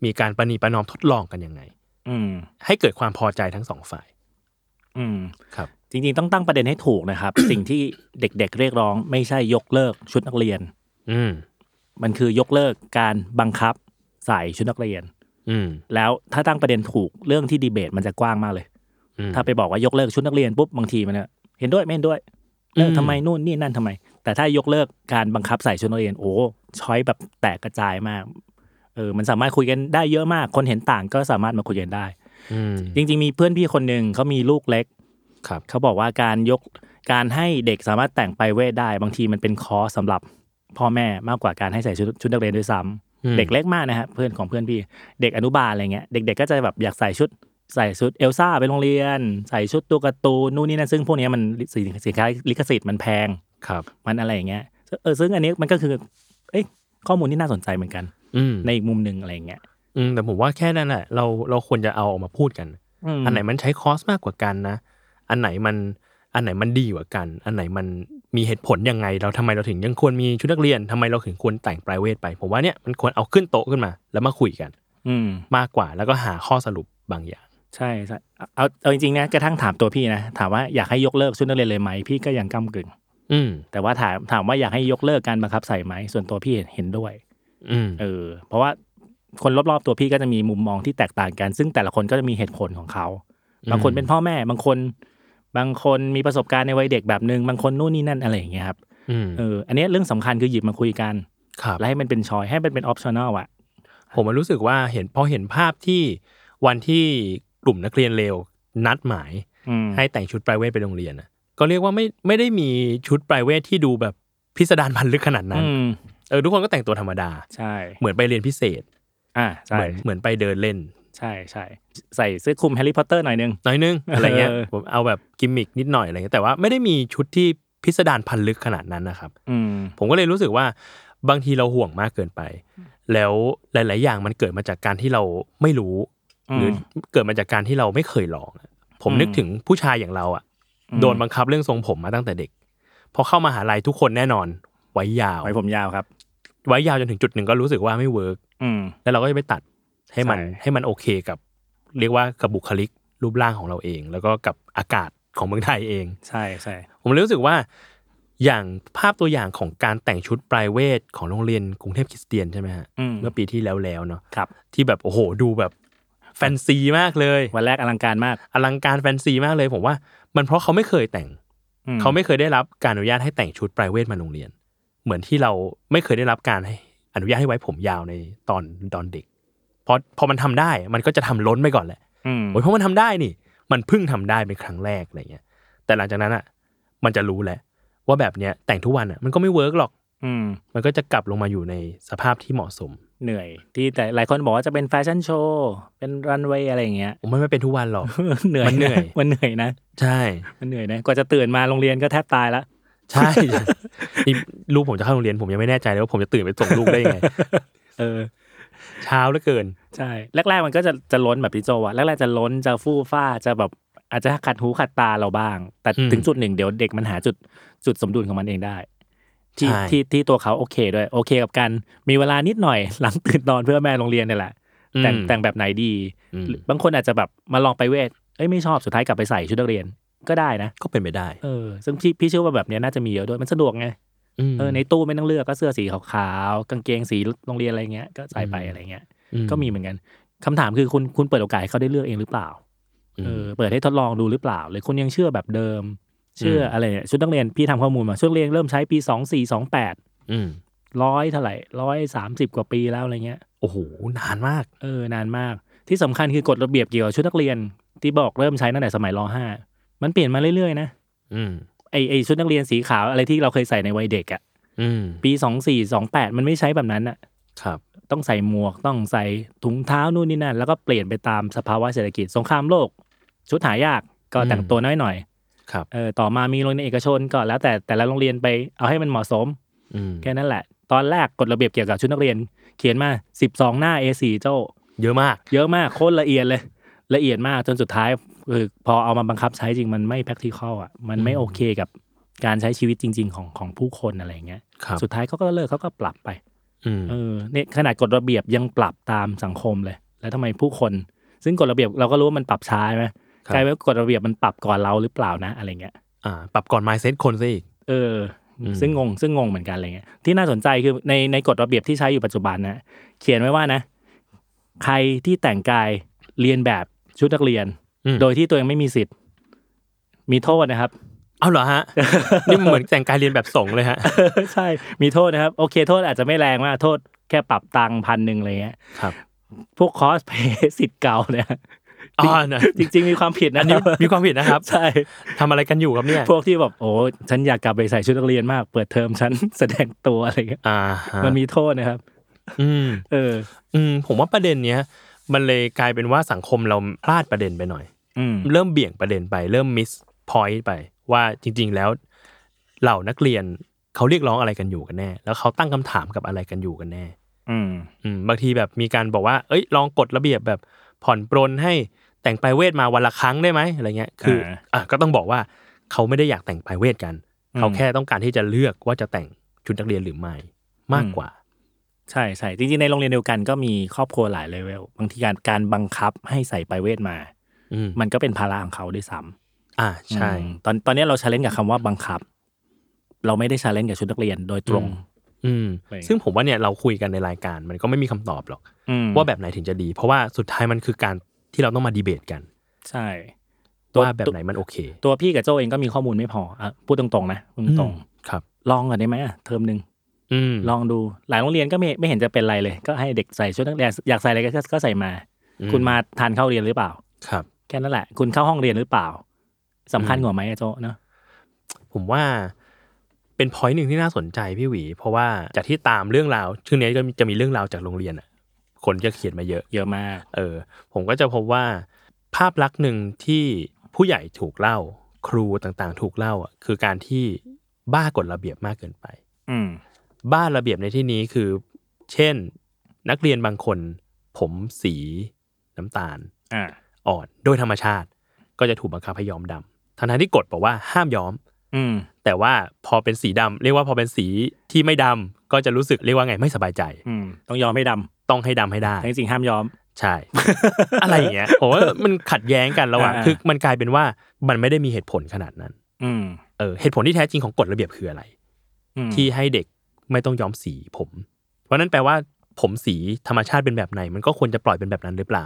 S2: มีการประนีประนอมทดลองกันยังไง
S4: อืม
S2: ให้เกิดความพอใจทั้งสองฝ่าย
S4: อืม
S2: ครับ
S4: จริงๆ ต้องตั้งประเด็นให้ถูกนะครับ สิ่งที่เด็กๆ เรียกร้องไม่ใช่ยกเลิกชุดนักเรียน
S2: อืม
S4: มันคือยกเลิกการบังคับใส่ชุดนักเรียน
S2: อืม
S4: แล้วถ้าตั้งประเด็นถูกเรื่องที่ดีเบตมันจะกว้างมากเลย
S2: อืม
S4: ถ้าไปบอกว่ายกเลิกชุดนักเรียนปุ๊บบางทีมันเนี่ยเห็นด้วยไม่เห็นด้วยเลิก
S2: อืม
S4: ทำไมนู่นนี่นั่นทำไม แต่ถ้ายกเลิกการบังคับใส่ชุดนักเรียนโอ้ช้อยแบบแตกกระจายมากเออมันสามารถคุยกันได้เยอะมาก คนเห็นต่างก็สามารถมาคุยกันได้
S2: อืม
S4: จริง ๆ มีเพื่อนพี่คนหนึ่งเขามีลูกเล็ก
S2: ครับ
S4: เขาบอกว่าการยกการให้เด็กสามารถแต่งไปเวทได้ บางทีมันเป็นคอร์สสำหรับพ่อแม่มากกว่าการให้ใส่ชุดชุดนักเรียนด้วยซ้ำ
S2: อืม
S4: เด็กเล็กมากนะฮะเพื่อนของเพื่อนพี่ เด็กอนุบาลอะไรเงี้ยเด็ก ๆ ก็จะแบบอยากใส่ชุดใส่ชุดเอลซ่าไปโรงเรียน ใส่ชุดตัวการ์ตูนนู่นนี่นั่นซึ่งพวกเนี้ยมันสินสินค้าลิขสิทธิ์มันแพง
S2: ครับ
S4: มันอะไรอย่างเงี้ยเออซึ่งอันนี้มันก็คือเอ้ยข้อมูลที่น่าสนใจเหมือนกัน
S2: อืม
S4: ในอีกมุมหนึ่งอะไรอย่างเงี้ย
S2: อืมแต่ผมว่าแค่นั้นแหละเราเราควรจะเอาออกมาพูดกัน อันไหนมันใช้คอสมากกว่ากันนะ อันไหนมัน อันไหนมันดีกว่ากัน อันไหนมันมีเหตุผลยังไง เราทำไมเราถึงยังควรมีชุดนักเรียนทำไมเราถึงควรแต่งปลายเวทไป ผมว่าเนี่ยมันควรเอาขึ้นโต๊ะขึ้นมา แล้วมาคุยกัน
S4: อืม
S2: มากกว่าแล้วก็หาข้อสรุปบางอย่าง
S4: ใช่ใช่เอาเอาเอาจริงๆนะกระทั่งถามตัวพี่นะ ถามว่าอยากให้ยกเลิกชุดนักเรียนเลยไหมพี่ก็ยังกำกึ่ง
S2: อืม
S4: แต่ว่าถามถามว่าอยากให้ยกเลิกการบังคับใส่ไหมส่วนตัวพี่เห็นเห็นด้วย
S2: อืม
S4: เออเพราะว่าคนรอบๆตัวพี่ก็จะมีมุมมองที่แตกต่างกัน ซึ่งแต่ละคนก็จะมีเหตุผลของเขา บางคนเป็นพ่อแม่บางคน บางคนมีประสบการณ์ในวัยเด็กแบบหนึ่งบางคนนู่นนี่นั่นอะไรอย่างเงี้ยครับ
S2: อืม
S4: เอออันเนี้ยเรื่องสำคัญคือหยิบมาคุยกัน
S2: ครับ
S4: และให้มันเป็นชอยให้มันเป็นออปชั่นอลอ่ะ
S2: ผมมันรู้สึกว่าเห็นพอเห็นภาพที่วันที่กลุ่มนักเรียนเลวนัดหมาย
S4: อืม
S2: ให้แต่งชุดปลายเวทไปโรงเรียนนะก็เรียกว่าไม่ไม่ได้มีชุดปลายเวทที่ดูแบบพิสดาร พันลึกขนาดนั้น
S4: อืม
S2: เออทุกคนก็แต่งตัวธรรมดา
S4: ใช่
S2: เหมือนไปเรียนพิเศษ
S4: อ่าใช่
S2: เหมือนเหมือนไปเดินเล่น
S4: ใช่ใช่ใส่เสื้อคลุมแฮร์รี่พอตเตอร์หน่อยนึง
S2: หน้อยนึง อะไรเงี้ย
S4: เออ
S2: ผมเอาแบบกิมมิกนิดหน่อยอะไรเงี้ยแต่ว่าไม่ได้มีชุดที่พิสดารพันลึกขนาดนั้นนะครับ
S4: อืม
S2: ผมก็เลยรู้สึกว่าบางทีเราห่วงมากเกินไป แล้วหลาย ๆ อย่างมันเกิดมาจากการที่เราไม่รู้
S4: อืม
S2: หรือเกิดมาจากการที่เราไม่เคยลองอะผม
S4: อืม
S2: นึกถึงผู้ชายอย่างเราอ่ะ โดนบังคับเรื่องทรงผมมาตั้งแต่เด็ก พอเข้ามาหาลัยทุกคนแน่นอน ไว้ยาว
S4: ไว้ผมยาวครับ
S2: ไว้ยาวจนถึงจุดหนึ่งก็รู้สึกว่าไม่เวิร์ก
S4: อืม
S2: แล้วเราก็จะไปตัดให้มัน
S4: ใช่
S2: ให้มันโอเคกับ เรียกว่ากับบุคลิกรูปร่างของเราเอง แล้วก็กับอากาศของเมืองไทยเอง
S4: ใช่ใช่
S2: ผมเลยรู้สึกว่าอย่างภาพตัวอย่างของการแต่งชุดปลายเวทของโรงเรียนกรุงเทพคริสเตียนใช่ไหมฮะ
S4: อืม
S2: เมื่อปีที่แล้วแล้วเนาะ
S4: ครับ
S2: ที่แบบโอ้โหดูแบบแฟนซีมากเลย
S4: วันแรกอลังการมาก
S2: อลังการแฟนซีมากเลย ผมว่า มันเพราะเขาไม่เคยแต่ง
S4: อื
S2: เขาไม่เคยได้รับการอนุญาตให้แต่งชุดปลายเวทมาโรงเรียน เหมือนที่เราไม่เคยได้รับการให้อนุญาตให้ไว้ผมยาวในตอนตอนเด็กพอพอมันทำได้มันก็จะทำล้นไปก่อนแหละ
S4: อืม
S2: โอ้ยเพราะมันทำได้นี่ มันเพิ่งทำได้เป็นครั้งแรกอะไรเงี้ย แต่หลังจากนั้นอ่ะ มันจะรู้แหละ ว่าแบบเนี้ยแต่งทุกวันอ่ะมันก็ไม่เวิร์กหรอก
S4: อืม
S2: มันก็จะกลับลงมาอยู่ในสภาพที่เหมาะสม
S4: เหนื่อย ที่แต่หลายคนบอกว่าจะเป็นแฟชั่นโชว์เป็นรันเวย์อะไรอย่างเงี้ย
S2: โอ้ยมันไม่เป็นทุกวันหร อก
S4: เหนื่อย
S2: มันเหนื่อย
S4: มันเหนื่อยนะ
S2: ใช่
S4: มันเหนื่อยนะ กว่าจะตื่นมาโรงเรียนก็แทบตายละ
S2: ใช่ นี่ลูกผมจะเข้าโรงเรียนผมยังไม่แน่ใจเลยว่าผมจะตื่นไปส่งลูกได้ยังไง
S4: เออ
S2: เช้าเหลือเกิน
S4: ใช่ แรก ๆ มันก็จะจะล้นแบบพี่โจอะแรกๆจะล้นจะฟู่ฟ้าจะแบบอาจจะขัดหูขัดตาเราบ้าง แต่
S2: อืม
S4: ถึงจุดหนึ่งเดี๋ยวเด็กมันหาจุดจุดสมดุลของมันเองได้ ที่
S2: ใช่
S4: ที่ที่ตัวเขาโอเคด้วย โอเคกับการมีเวลานิดหน่อย หลังตื่นนอนเพื่อแม่โรงเรียนเนี่ยแหละ แต่ง
S2: อืม
S4: แต่งแบบไหนดี
S2: อืม
S4: บางคนอาจจะแบบมาลองไปเวทเอ้ยไม่ชอบสุดท้ายกลับไปใส่ชุดนักเรียนก็ได้นะ
S2: ก็เป็นไปได้
S4: เออ ซึ่งพี่พี่เชื่อว่าแบบเนี้ยน่าจะมีเยอะด้วย มันสะดวกไง
S2: ม
S4: เออ ในตู้ไม่ต้องเลือกก็เสื้อสีขาวๆ กางเกงสีโรงเรียนอะไรเงี้ย ก็ใส่ไป
S2: อืม
S4: อะไรเงี้ย
S2: อื
S4: ก็มีเหมือนกัน คำถามคือคุณคุณเปิดโอกาสให้เขาได้เลือกเองหรือเปล่า
S2: อืม
S4: เออ เปิดให้ทดลองดูหรือเปล่า หรือคุณยังเชื่อแบบเดิม เชื่อ
S2: อืม
S4: อะไรเนี่ย ชุดนักเรียนพี่ทำข้อมูลมา ชุดนักเรียนเริ่มใช้ปีสองสี่สองแปด
S2: ม
S4: ร้อยเท่าไหร่ร้อยสามสิบกว่าปีแล้วอะไรเงี้ย
S2: โอ้โห นานมาก
S4: เออนานมาก ที่สำคัญคือกฎระเบียบเกี่ยวกับชุดนักเรียนที่บอกเริ่มใช้ตั้งแต่สมัยรห้ามันเปลี่ยนมาเรื่อยๆนะ
S2: อืม
S4: ไอไอชุดนักเรียนสีขาวอะไรที่เราเคยใส่ในวัยเด็กอะ
S2: อืม
S4: ปีสองสี่สองแปดมันไม่ใช้แบบนั้นอะ
S2: ครับ
S4: ต้องใส่หมวกต้องใส่ถุงเท้านู่นนี่นั่น แล้วก็เปลี่ยนไปตามสภาวะเศรษฐกิจสงครามโลก ชุดหายากก็แต่งตัวน้อยหน่อย
S2: ครับ
S4: เออต่อมามีโรงเรียนเอกชนก็แล้วแต่แต่ละโรงเรียนไปเอาให้มันเหมาะสม
S2: อืม
S4: แค่นั้นแหละ ตอนแรกกฎระเบียบเกี่ยวกับชุดนักเรียน เขียนมา 12 หน้า A4 เจ้า
S2: เยอะมาก
S4: เยอะมากโคตรละเอียดเลย ละเอียดมากจนสุดท้ายคือพอเอามาบังคับใช้จริงมันไม่ practical อ่ะมันไม่
S2: อืม
S4: โอเคกับการใช้ชีวิตจริง ๆ ของของผู้คนอะไรอย่างเงี้ย
S2: ครับ
S4: สุดท้ายเขาก็เลิกเขาก็ปรับไป
S2: อืม
S4: เออเนี่ยขนาดกฎระเบียบยังปรับตามสังคมเลย แล้วทำไมผู้คน ซึ่งกฎระเบียบเราก็รู้ว่ามันปรับช้าไหม
S2: ครับ
S4: กลายเป็นว่ากฎระเบียบมันปรับก่อนเราหรือเปล่านะอะไรเงี้ย
S2: อ่า ปรับก่อน mindset คนซะอีก
S4: เอออ
S2: ม
S4: ซึ่งงงซึ่งงงเหมือนกันอะไรเงี้ยที่น่าสนใจคือในในกฎระเบียบที่ใช้อยู่ปัจจุบันนะเขียนไว้ว่านะ ใครที่แต่งกายเรียนแบบชุดนักเรียน
S2: อืม
S4: โดยที่ตัวเองไม่มีสิทธิ์ มีโทษนะครับ
S2: เอาเหรอฮะ นี่มันเหมือนแต่งกายเรียนแบบสงฆ์เลยฮะ
S4: ใช่ มีโทษนะครับ โอเค โทษอาจจะไม่แรงมาก โทษแค่ปรับตังค์พันหนึ่งอะไรเงี้ย
S2: ครับ
S4: พวกคอสเพย์สิทธิ์เก่าเนี่ย
S2: อ๋อ นะ
S4: จริง ๆ มีความผิดนะ
S2: อันนี้มีความผิดนะครับ
S4: ใช่
S2: ทำอะไรกันอยู่ครับเนี่ย
S4: พวกที่แบบโอ้ฉันอยากกลับไปใส่ชุดนักเรียนมาก เปิดเทอมฉัน แสดงตัวอะไรเงี้ย
S2: อ่าฮะ
S4: มันมีโทษนะครับ
S2: อืม
S4: เออ
S2: อืม ผมว่าประเด็นเนี้ย มันเลยกลายเป็นว่าสังคมเราพลาดประเด็นไปหน่อย
S4: อืม
S2: เริ่มเบี่ยงประเด็นไป เริ่มมิสพอยต์ไป ว่าจริง ๆ แล้ว เหล่านักเรียนเขาเรียกร้องอะไรกันอยู่กันแน่ แล้วเขาตั้งคำถามกับอะไรกันอยู่กันแน่
S4: อืม
S2: อืมบางทีแบบมีการบอกว่า เอ้ย ลองกฎระเบียบแบบผ่อนปรนให้แต่งไปลายเวทมาวันละครั้งได้ไหมอะไรเงี้ย คือ
S4: อ่า
S2: อ่ะก็ต้องบอกว่าเขาไม่ได้อยากแต่งไปลายเวทกัน
S4: อืม
S2: เขาแค่ต้องการที่จะเลือกว่าจะแต่งชุดนักเรียนหรือไม่มากกว่า
S4: ใช่ใช่จริง ๆ ในโรงเรียนเดียวกันก็มีครอบครัวหลายเลเวลบางทีการการบังคับให้ใส่ไปเวทมา
S2: อืม
S4: มันก็เป็นภาระของเขาด้วยซ้ำ
S2: อ่าใช่
S4: อืมตอนตอนนี้เราชาเลนจ์กับคำว่าบังคับ เราไม่ได้ชาเลนจ์กับชุดนักเรียนโดยตรง
S2: อื อืม
S4: อะไรเงี้ย
S2: ซึ่งผมว่าเนี่ยเราคุยกันในรายการมันก็ไม่มีคำตอบหรอก
S4: ว่า
S2: ว่า
S4: แบบ
S2: แบบไหนถึงจะดี เพราะว่าสุดท้ายมันคือการที่เราต้องมาดีเบตกัน
S4: ใช่
S2: ว่าแบบไหนมันโอเค
S4: ตัวพี่กับโจเองก็มีข้อมูลไม่พออ่ะพูดตรงๆนะพูดตรง
S2: ๆครับ
S4: ๆลองก่อนได้ไหมอ่ะเทอมหนึ่ง
S2: อืม
S4: ลองดูหลายโรงเรียนก็ไม่ไม่เห็นจะเป็นไรเลย ก็ให้เด็กใส่ชุดนักเรียนอยากใส่อะไรก็ก็ใส่มา
S2: อื
S4: คุณมาทานข้าวเรียนหรือเปล่า
S2: ครับ
S4: แค่นั้นแหละ คุณเข้าห้องเรียนหรือเปล่าสำคัญกว่าไหมอ่ะโจเนาะ
S2: ผมว่าเป็นพอยต์หนึ่งที่น่าสนใจพี่หวี เพราะว่าจากที่ตามเรื่องราวช่วงนี้ก็จะมีเรื่องราวจากโรงเรียนอ่ะ คนจะเขียนมาเยอะ
S4: เยอะมาก
S2: เออ ผมก็จะพบว่า ภาพลักษณ์หนึ่งที่ผู้ใหญ่ถูกเล่า ครูต่างๆ ถูกเล่าอ่ะคือการที่บ้ากฎระเบียบมากเกินไป
S4: อืม
S2: บ้าระเบียบในที่นี้คือ เช่น นักเรียนบางคน ผมสีน้ำตาล
S4: อ่า
S2: อ่อนโดยธรรมชาติก็จะถูกบังคับให้ย้อมดำทั้งทที่กฎบอกว่าห้ามย้อม
S4: อืม
S2: แต่ว่าพอเป็นสีดำเรียกว่าพอเป็นสีที่ไม่ดำก็จะรู้สึกเรียกว่าไงไม่สบายใจ
S4: อืมต้องยอมให้ด
S2: ต้องให้ดำให้ได้
S4: ำทั้งจริงๆห้ามยอ ม
S2: ใช่ อะไรอย่างเงี้ยผมว่ามันขัดแย้งกันระหว่าง
S4: อ่า
S2: คือมันกลายเป็นว่ามันไม่ได้มีเหตุผลขนาดนั้น
S4: อืม
S2: เออเหตุผลที่แท้จริงของกฎระเบียบคืออะไร
S4: อืม
S2: ที่ให้เด็กไม่ต้องย้อมสีผม เพราะนั้นแปลว่าผมสีธรรมชาติเป็นแบบไหน มันก็ควรจะปล่อยเป็นแบบนั้นหรือเปล่า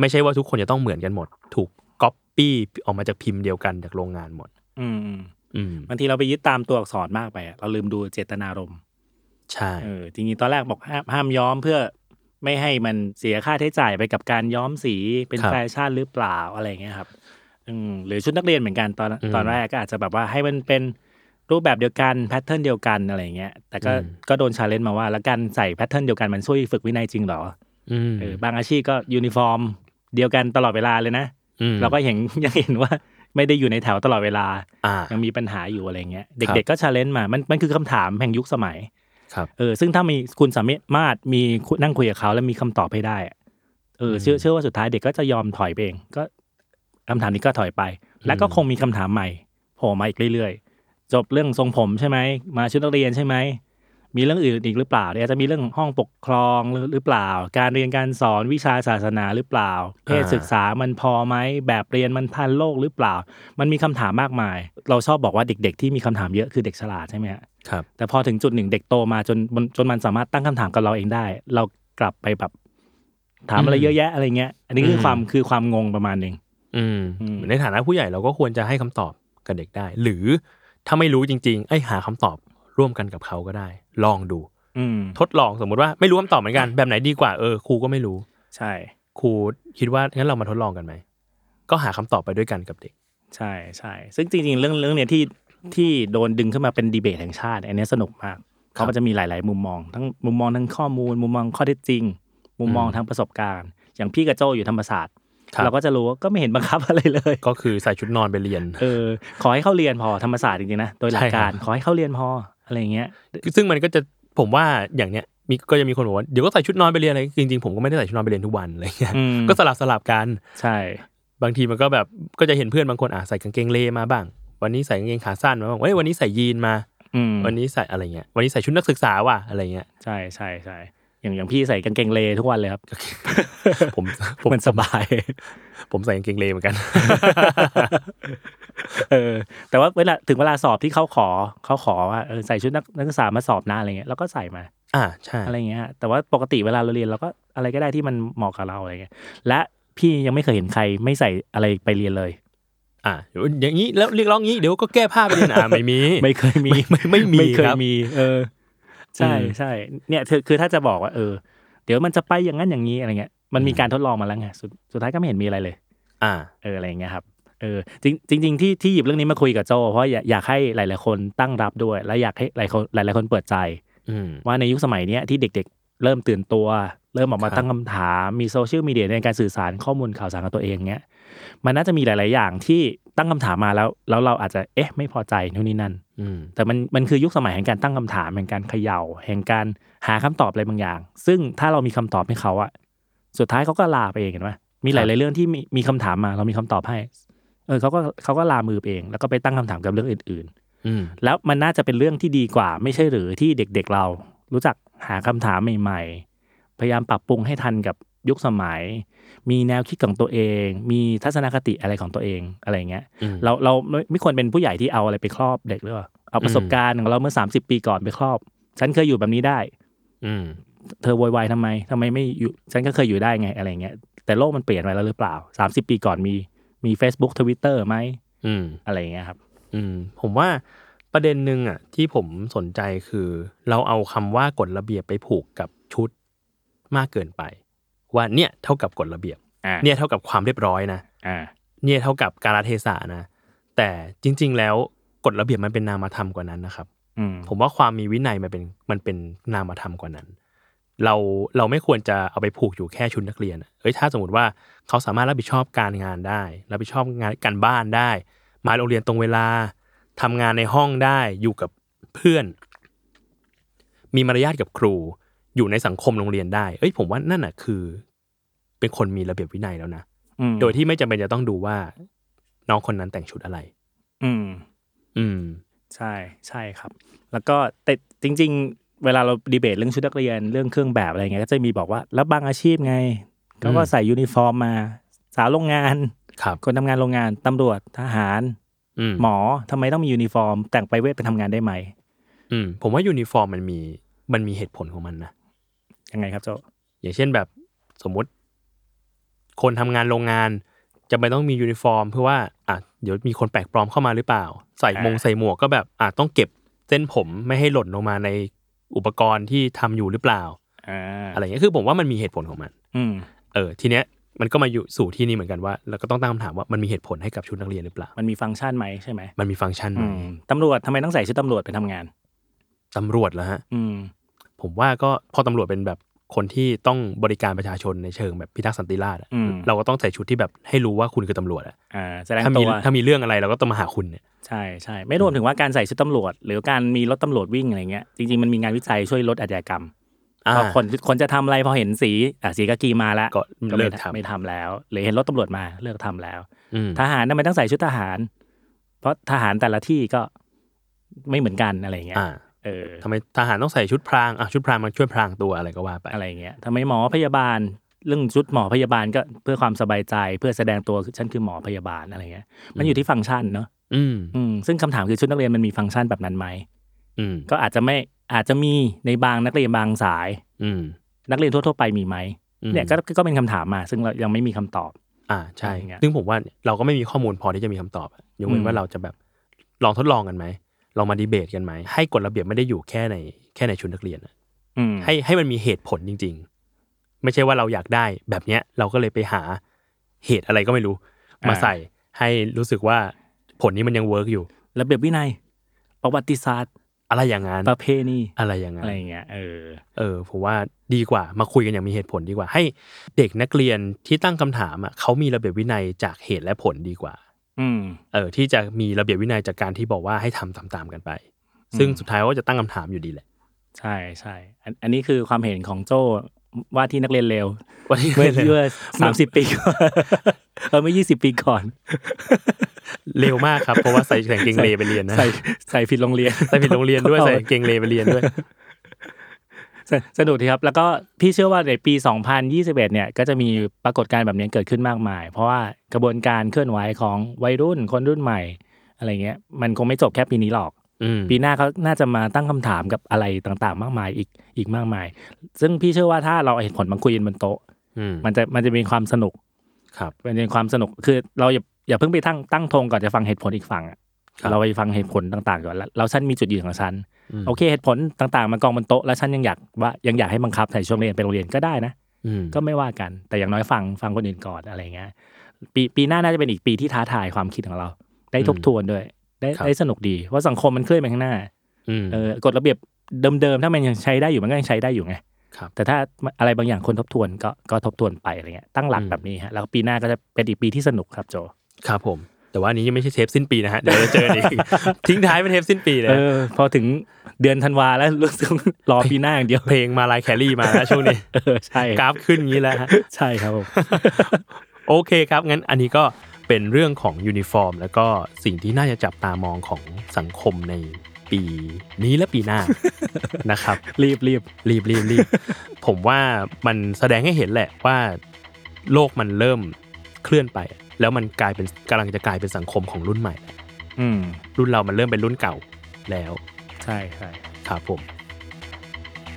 S2: ไม่ใช่ว่าทุกคนจะต้องเหมือนกันหมด ถูกก๊อปปี้ออกมาจากพิมพ์เดียวกันจากโรงงานหมด
S4: อืมอืม
S2: อืม
S4: บางทีเราไปยึดตามตัวอักษรมากไปอะเราลืมดูเจตนารมณ์
S2: ใช่
S4: เออจริงๆตอนแรกบอกห้ามห้ามย้อมเพื่อไม่ให้มันเสียค่าใช้จ่ายไปกับการย้อมสีเป็นแฟชั่นหรือเปล่าอะไรอย่างเงี้ยครับอืมหรือชุดนักเรียนเหมือนกันตอนตอนแรกก็อาจจะแบบว่าให้มันเป็นรูปแบบเดียวกันแพทเทิร์นเดียวกันอะไรอย่างเงี้ยแต่ก็ก็โดนชาเลนจ์มาว่าแล้วการใส่แพทเทิร์นเดียวกันมันช่วยฝึกวินัยจริงเหรอ
S2: อืม
S4: เออบางอาชีพก็ยูนิฟอร์มเดียวกันตลอดเวลาเลยนะ
S2: ม
S4: เราก็เห็น ยังเห็นว่าไม่ได้อยู่ในแถวตลอดเวลา
S2: อ่า
S4: ยังมีปัญหาอยู่อะไรเงี้ย
S2: ครับ
S4: เด็กๆก็ชาเลนจ์มา มันมันคือคำถามแห่งยุคสมัย
S2: ครับ
S4: เออซึ่งถ้ามีคุณสามารถมีคุณนั่งคุยกับเขาแล้วมีคำตอบให้ได้อะเออเชื่อ
S2: อืม
S4: เชื่อว่าสุดท้ายเด็กก็จะยอมถอยไปเอง ก็คำถามนี้ก็ถอยไป แล้วก็
S2: อืม
S4: คงมีคำถามใหม่โผล่มาอีกเรื่อยๆ จบเรื่องทรงผมใช่ไหมมาชุดนักเรียนใช่ไหมมีเรื่องอื่นอีกหรือเปล่าเดี๋ยวอาจจะมีเรื่องห้องปกครองหรือหรือเปล่า การเรียนการสอนวิชาศาสนาหรือเปล่าเพศศึกษามันพอไหมแบบเรียนมันทันโลกหรือเปล่า มันมีคำถามมากมาย เราชอบบอกว่าเด็ก ๆ ที่มีคำถามเยอะคือเด็กฉลาดใช่ไหมฮะ
S2: ครับ
S4: แต่พอถึงจุดหนึ่งเด็กโตมาจนมันจนมันสามารถตั้งคำถามกับเราเองได้ เรากลับไปแบบ ถามอะไร
S2: อืม
S4: เยอะแยะอะไรเงี้ย อันนี้คือ
S2: ม
S4: ความคือความงงประมาณหนึ่ง
S2: อืม
S4: อืม
S2: ในฐานะผู้ใหญ่เราก็ควรจะให้คำตอบกับเด็กได้ หรือถ้าไม่รู้จริง ๆ ไอ้ยหาคำตอบร่วมกันกับเขาก็ได้ ลองดู
S4: อืม
S2: ทดลองสมมุติว่าไม่รู้คำตอบเหมือนกันแบบไหนดีกว่าเออครูก็ไม่รู้
S4: ใช่
S2: ครูคิดว่างั้นเรามาทดลองกันไหม ก็หาคำตอบไปด้วยกันกับเด็ก
S4: ใช่ใช่ซึ่งจริง ๆ เรื่องเรื่องเนี้ยที่ที่โดนดึงขึ้นมาเป็นดีเบตแห่งชาติ อันเนี้ยสนุกมากเพราะมันจะมีหลาย ๆ มุมมอง ทั้งมุมมองทั้งข้อมูล มุมมองข้อเท็จจริง มุมมอง
S2: อืม
S4: ทางประสบการณ์ อย่างพี่กับโจอยู่ธรรมศาสตร์
S2: เรา
S4: เรา
S2: ก็
S4: ก็จะรู้ว่าก็ไม่เห็นบัง คับอะไรเลย
S2: ก็คือใส่ชุดนอนไปเรียน
S4: เออ ขอให้เข้าเรียนพอธรรมศาสตร์จริงๆนะโดยหลั
S2: ใช่
S4: ก
S2: ครับ
S4: การขอให้เข้าเรียนพออะไรเงี้ย
S2: ซึ่งมันก็จะผมว่าอย่างเนี้ยมีก็จะมีคนบอกว่าเดี๋ยวก็ใส่ชุดนอนไปเรียนอะไรจริงๆผมก็ไม่ได้ใส่ชุดนอนไปเรียนทุกวันอะไรเงี้ย
S4: อืม
S2: ก็สลับสลับกัน
S4: ใช่
S2: บางทีมันก็แบบก็จะเห็นเพื่อนบางคนอ่ะใส่กางเกงเลมาบ้าง วันนี้ใส่กางเกงขาสั้นมาบ้างเอ้ยวันนี้ใส่ยีนมา
S4: อืม
S2: วันนี้ใส่อะไรเงี้ยวันนี้ใส่ชุดนักศึกษาว่ะอะไรเงี้ย
S4: ใช่ใช่ใช่อย่างอย่างพี่ใส่กางเกงเลทุกวันเลยครับ
S2: ผมผม
S4: มันสบาย
S2: ผมใส่กางเกงเลเห มือนกัน
S4: เออ แต่ว่าเวลาถึงเวลาสอบที่เขาขอเขาขอว่าเออใส่ชุดนักนักศึกษามาสอบนะอะไรเงี้ยเราก็ใส่มา
S2: อ่าใช่
S4: อะไรเงี้ยฮะแต่ว่าปกติเวลาเราเรียนเราก็อะไรก็ได้ที่มันเหมาะกับเราอะไรเงี้ย และพี่ยังไม่เคยเห็นใครไม่ใส่อะไรไปเรียนเลย
S2: อ่าอย่างนี้แล้วเรียกร้องงี้เดี๋ยวก็แก้ผ้าไปเรียนอ่าไม่มี
S4: ไม่เคยมี
S2: ไม่ไม่มี
S4: ไม่เคย
S2: ครับ
S4: มี เออ ใช่
S2: อืม
S4: ใช่เนี่ยคือคือถ้าจะบอกว่าเออ เดี๋ยวมันจะไปอย่างนั้นอย่างนี้อะไรเงี้ยมันมีการทดลองมาแล้วไงสุดสุดท้ายก็ไม่เห็นมีอะไรเลย
S2: อ่า
S4: เอออะไรอย่างเงี้ยครับ เออจริงจริง ๆ ที่ที่หยิบเรื่องนี้มาคุยกับโจเพราะอยากอยากให้หลาย ๆ คนตั้งรับด้วย และอยากให้หลายคนหลาย ๆ คนเปิดใจ
S2: อืม
S4: ว่าในยุคสมัยเนี้ยที่เด็ก ๆ เริ่มตื่นตัว เริ่มออกมา
S2: ครับ
S4: ตั้งคำถามมีโซเชียลมีเดียในการสื่อสารข้อมูลข่าวสารกับตัวเองเนี้ยมันน่าจะมีหลาย ๆ อย่างที่ตั้งคำถามมาแล้ว แล้วเราอาจจะเอ๊ะไม่พอใจนู่นนี่นั่น
S2: อืม
S4: แต่มันมันคือยุคสมัยแห่งการตั้งคำถามแห่งการเขย่าแห่งการหาคำตอบอะไรบางอย่าง ซึ่งถ้าเรามีคำตอบให้เขาอะสุดท้ายเขาก็ลาไปเองเห็นไหมมีหลาย ๆ เรื่องที่มีมีคำถามมาเรามีคำตอบให้ เออเขาก็เขาก็ลามือไปเอง แล้วก็ไปตั้งคำถามกับเรื่องอื่น
S2: อืม
S4: ๆ แล้วมันน่าจะเป็นเรื่องที่ดีกว่า ไม่ใช่หรือที่เด็ก ๆ เรา รู้จักหาคำถามใหม่ ๆ พยายามปรับปรุงให้ทันกับยุคสมัย มีแนวคิดของตัวเอง มีทัศนคติอะไรของตัวเองอะไรอย่างเงี้ย
S2: อืม
S4: เราเราไม่ไม่ควรเป็นผู้ใหญ่ที่เอาอะไรไปครอบเด็กหรือเปล่าเอาประสบ
S2: อืม
S4: การณ์ของเราเมื่อ 30 ปีก่อนไปครอบ ฉันเคยอยู่แบบนี้ได้
S2: อืม
S4: เธอโวยวายทำไมทำไมไม่อยู่ฉันก็เคยอยู่ได้ไงอะไรเงี้ยแต่โลกมันเปลี่ยนไปแล้วหรือเปล่า 30 ปีก่อนมีมี Facebook Twitter ไหม
S2: อืม
S4: อะไรเงี้ยครับ
S2: อืม ผมว่าประเด็นหนึ่งอ่ะ ที่ผมสนใจคือ เราเอาคำว่ากฎระเบียบไปผูกกับชุดมากเกินไป ว่าเนี่ยเท่ากับกฎระเบียบ
S4: อ่า
S2: เนี่ยเท่ากับความเรียบร้อยนะ
S4: อ่า
S2: เนี่ยเท่ากับการเทศะนะ แต่จริง ๆ แล้วกฎระเบียบมันเป็นนามธรรมกว่านั้นนะครับ
S4: อืม
S2: ผมว่าความมีวินัยมันเป็นมันเป็นนามธรรมกว่านั้น เราเราไม่ควรจะเอาไปผูกอยู่แค่ชุดนักเรียนอะเอ้ยถ้าสมมติว่าเขาสามารถรับผิดชอบการงานได้ รับผิดชอบงานการบ้านได้ มาโรงเรียนตรงเวลาทำงานในห้องได้อยู่กับเพื่อน มีมารยาทกับครู อยู่ในสังคมโรงเรียนได้ เอ้ยผมว่านั่นน่ะคือ เป็นคนมีระเบียบวินัยแล้วนะ
S4: อืม
S2: โดยที่ไม่จำเป็นจะต้องดูว่า น้องคนนั้นแต่งชุดอะไร
S4: อืม
S2: อืม
S4: ใช่ใช่ครับ แล้วก็แต่จริง ๆ เวลาเราดีเบตเรื่องชุดนักเรียนเรื่องเครื่องแบบอะไรเงี้ยก็จะมีบอกว่าแล้วบางอาชีพไงเขาก็
S2: อืม
S4: ใส่ยูนิฟอร์มมา สาวโรงงาน
S2: ครับ
S4: คนทำงานโรงงานตำรวจทหาร
S2: อืม
S4: หมอทำไมต้องมียูนิฟอร์ม แต่งไปเวทไปทำงานได้ไหม
S2: อืมผมว่ายูนิฟอร์มมันมีมันมีเหตุผลของมันนะ
S4: ยังไงครับเจ้า
S2: อย่างเช่นแบบสมมุติ คนทำงานโรงงานจะไม่ต้องมียูนิฟอร์ม เพื่อว่าอ่ะเดี๋ยวมีคนแปลกปลอมเข้ามาหรือเปล่า ใส่มงใส่หมวกก็แบบอ่ะต้องเก็บเส้นผมไม่ให้หล่นลงมาในอุปกรณ์ที่ทำอยู่หรือเปล่า
S4: อ่า
S2: อะไรเงี้ยคือผมว่ามันมีเหตุผลของมัน
S4: อืม
S2: เออทีเนี้ยมันก็มาอยู่สู่ที่นี่เหมือนกันว่าเราก็ต้องตั้งคำถามว่ามันมีเหตุผลให้กับชุดนักเรียนหรือเปล่า
S4: มันมีฟังก์ชันไหมใช่ไหม
S2: มันมีฟังก์ชันไหม
S4: อืมตำรวจทำไมต้องใส่ชุดตำรวจไปทำงาน
S2: ตำรวจแล้วฮะ
S4: อืม
S2: ผมว่าก็พอตำรวจเป็นแบบคนที่ต้องบริการประชาชนในเชิงแบบพิทักษ์สันติราษฎร์อะ
S4: อืม
S2: เราก็ต้องใส่ชุดที่แบบให้รู้ว่าคุณคือตำรวจอะ
S4: อ่าแสดง
S2: ถ้า
S4: ตั
S2: มี
S4: ว
S2: ถ้ามีเรื่องอะไรเราก็ต้องมาหาคุณเนี่ย
S4: ใช่ใช่ไม่รวมถึงว่าการใส่ชุดตำรวจ หรือการมีรถตำรวจวิ่งอะไรเงี้ยจริงๆมันมีงานวิจัยช่วยลดอาชญากรรม
S2: อ่า
S4: ว่าคนคนจะทำอะไรพอเห็นสีอ่ะสีกากีมาแล้ว
S2: ก็เลิก
S4: ไม่
S2: ทำ
S4: ไม่ทำแล้ว หรือเห็นรถตำรวจมาเลิกทำแล้ว
S2: อืม
S4: ทหารทำไมต้องใส่ชุดทหาร เพราะทหารแต่ละที่ก็ไม่เหมือนกันอะไรอย่างเงี้ย
S2: อ่า
S4: เออ
S2: ทำไมทหารต้องใส่ชุดพรางอ่ะชุดพรางมันช่วยพรางตัวอะไรก็ว่าไป
S4: อะไรอย่างเงี้ยทำไมหมอพยาบาล เรื่องชุดหมอพยาบาลก็เพื่อความสบายใจเพื่อแสดงตัวฉันคือหมอพยาบาลอะไรเงี้ย มันอยู่ที่ฟังก์ชันเนอะ
S2: อืม
S4: อืมซึ่งคำถามคือชุดนักเรียนมันมีฟังก์ชันแบบนั้นไหม
S2: อืม
S4: ก็อาจจะไม่อาจจะมีในบางนักเรียนบางสาย
S2: อืม
S4: นักเรียนทั่วๆไปมีไหม
S2: อืม
S4: เนี่ยก็ก็เป็นคำถามมา ซึ่งเรายังไม่มีคำตอบ
S2: อ่าใช่
S4: อะไรเงี้ย
S2: ซึ่งผมว่าเราก็ไม่มีข้อมูลพอที่จะมีคำตอบอะยกเว้
S4: อื
S2: น
S4: ม
S2: ว่าเราจะแบบลองทดลองกันไหมลองมาดีเบตกันไหมให้กฎระเบียบไม่ได้อยู่แค่ในแค่ในชุดนักเรียนอะ
S4: อืม
S2: ให้ให้มันมีเหตุผลจริง ๆ ไม่ใช่ว่าเราอยากได้แบบเนี้ย เราก็เลยไปหาเหตุอะไรก็ไม่รู้
S4: อ่าม
S2: มาใส่ให้รู้สึกว่าผลนี้มันยังเวิร์กอยู่
S4: ระเบียบวินัย ประวัติศาสตร์
S2: อะไรอย่างนั้น
S4: ประเพณี
S2: อะไรอย่างนั้
S4: อะ
S2: น
S4: ไรอย่างเงี้ยเออ
S2: เออผมว่าดีกว่ามาคุยกันอย่างมีเหตุผลดีกว่า ให้เด็กนักเรียนที่ตั้งคำถามอ่ะเขามีระเบียบวินัยจากเหตุและผลดีกว่า
S4: อืม
S2: เออที่จะมีระเบียบวินัยจากการที่บอกว่าให้ทำตามๆกันไป ซึ่ง
S4: อืม
S2: สุดท้ายก็จะตั้งคำถามอยู่ดีแหละ
S4: ใช่ใช่อันอันนี้คือความเห็นของโจ้ว่าที่นักเรียน เลว
S2: ว่าที่
S4: เมื่อเมื่อสามสิบปีก่อน เออเมื่อยี่สิบปีก่อน
S2: เร็วมากครับเพราะว่าใส่แต่งเกงเลไปเรียนนะ
S4: ใส่ใส่ผิดโรงเรียน
S2: ใส่ผิดโรงเรียน ด้วยใส่กางเกงเลไปเรียนด้วย
S4: สสนุกดีครับ แล้วก็พี่เชื่อว่าในปี 2021 เนี่ย ก็จะมีปรากฏการณ์แบบนี้เกิดขึ้นมากมาย เพราะว่ากระบวนการเคลื่อนไหวของวัยรุ่นคนรุ่นใหม่ อะไรเงี้ยมันคงไม่จบแค่ปีนี้หรอก
S2: อืม
S4: ปีหน้าเขาน่าจะมาตั้งคำถามกับอะไรต่างๆ มากมายอีกอีกมากมาย ซึ่งพี่เชื่อว่าถ้าเราเอาเหตุผลมาคุยกันบนโต๊ะ
S2: อืม
S4: มันจะมันจะมีความสนุก
S2: ครับ
S4: มันจะมีความสนุก คือเราอย่าอย่าเพิ่งไปตั้งตั้งธงก่อนจะฟังเหตุผลอีกฝั่งอะ
S2: ครับ
S4: เราไปฟังเหตุผลต่างๆก่อนแล้วเราฉันมีจุดยืนของฉัน
S2: ม
S4: โอเคเหตุผลต่างๆมากองบนโต๊ะแล้วฉันยังอยากว่ายังอยากให้บังคับใส่ช่วงเรียนไปโรงเรียนก็ได้นะ
S2: อืม
S4: ก็ไม่ว่ากัน แต่อย่างน้อยฟังฟังคนอื่นก่อนอะไรเงี้ย ปีปีหน้าน่าจะเป็นอีกปีที่ท้าทายความคิดของเรา ได้ทบทวนด้วย ได้ได้สนุกดีว่าะสังคมมันเคลื่อนไปข้างหน้า
S2: อืม
S4: เออกฎระเบียบเดิมๆ ถ้ามันยังใช้ได้อยู่มันก็ยังใช้ได้อยู่ไง
S2: ครับ
S4: แต่ถ้าอะไรบางอย่างคนทบทวนก็ก็ทบทวนไปอะไรเงี้ยตั้งหลัก
S2: อืม
S4: แบบนี้ฮะแล้วปีหน้าก็จะเป็นอีกปีที่สนุกครับโจ
S2: ครับผม แต่ว่าอันนี้ยังไม่ใช่เทปสิ้นปีนะฮะ เดี๋ยวเราเจอกัน อีก ทิ้งท้ายเป็นเทปสิ้นปีเลย
S4: เออพอถึงเดือนธันวาแล้วรู้สึก รอปีหน้าอย่างเดียว
S2: เพลงมาลายแครี่มาแล้วช่วงนี้
S4: เออใช่
S2: กราฟขึ้นอย่างนี้แล้วฮะ
S4: ใช่ครับผม
S2: โอเคครับ งั้นอันนี้ก็เป็นเรื่องของยูนิฟอร์ม แล้วก็สิ่งที่น่าจะจับตามองของสังคมในปีนี้และปีหน้า นะครับ
S4: รีบรีบ
S2: รีบรีบรี บ ผมว่ามันแสดงให้เห็นแหละว่า โลกมันเริ่มเคลื่อนไป แล้วมันกลายเป็นกำลังจะกลายเป็นสังคมของรุ่นใหม่
S4: อืม
S2: รุ่นเรามันเริ่มเป็นรุ่นเก่าแล้ว
S4: ใช่ใช่
S2: ครับผม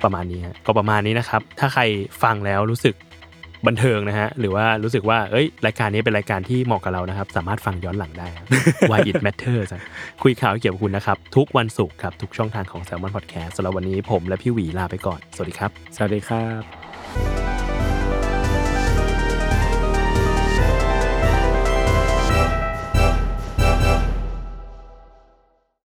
S2: ประมาณนี้ฮะก็ประมาณนี้นะครับ ถ้าใครฟังแล้วรู้สึกบันเทิงนะฮะ หรือว่ารู้สึกว่าเอ้ย รายการนี้เป็นรายการที่เหมาะกับเรานะครับ สามารถฟังย้อนหลังได้ครับ Why It Matters อะคุยข่าวเกี่ยวกับคุณนะครับ ทุกวันศุกร์ครับ ทุกช่องทางของ Salmon Podcast สำหรับวันนี้ผมและพี่หวีลาไปก่อน สวัสดีครับ
S4: สวัสดีครับ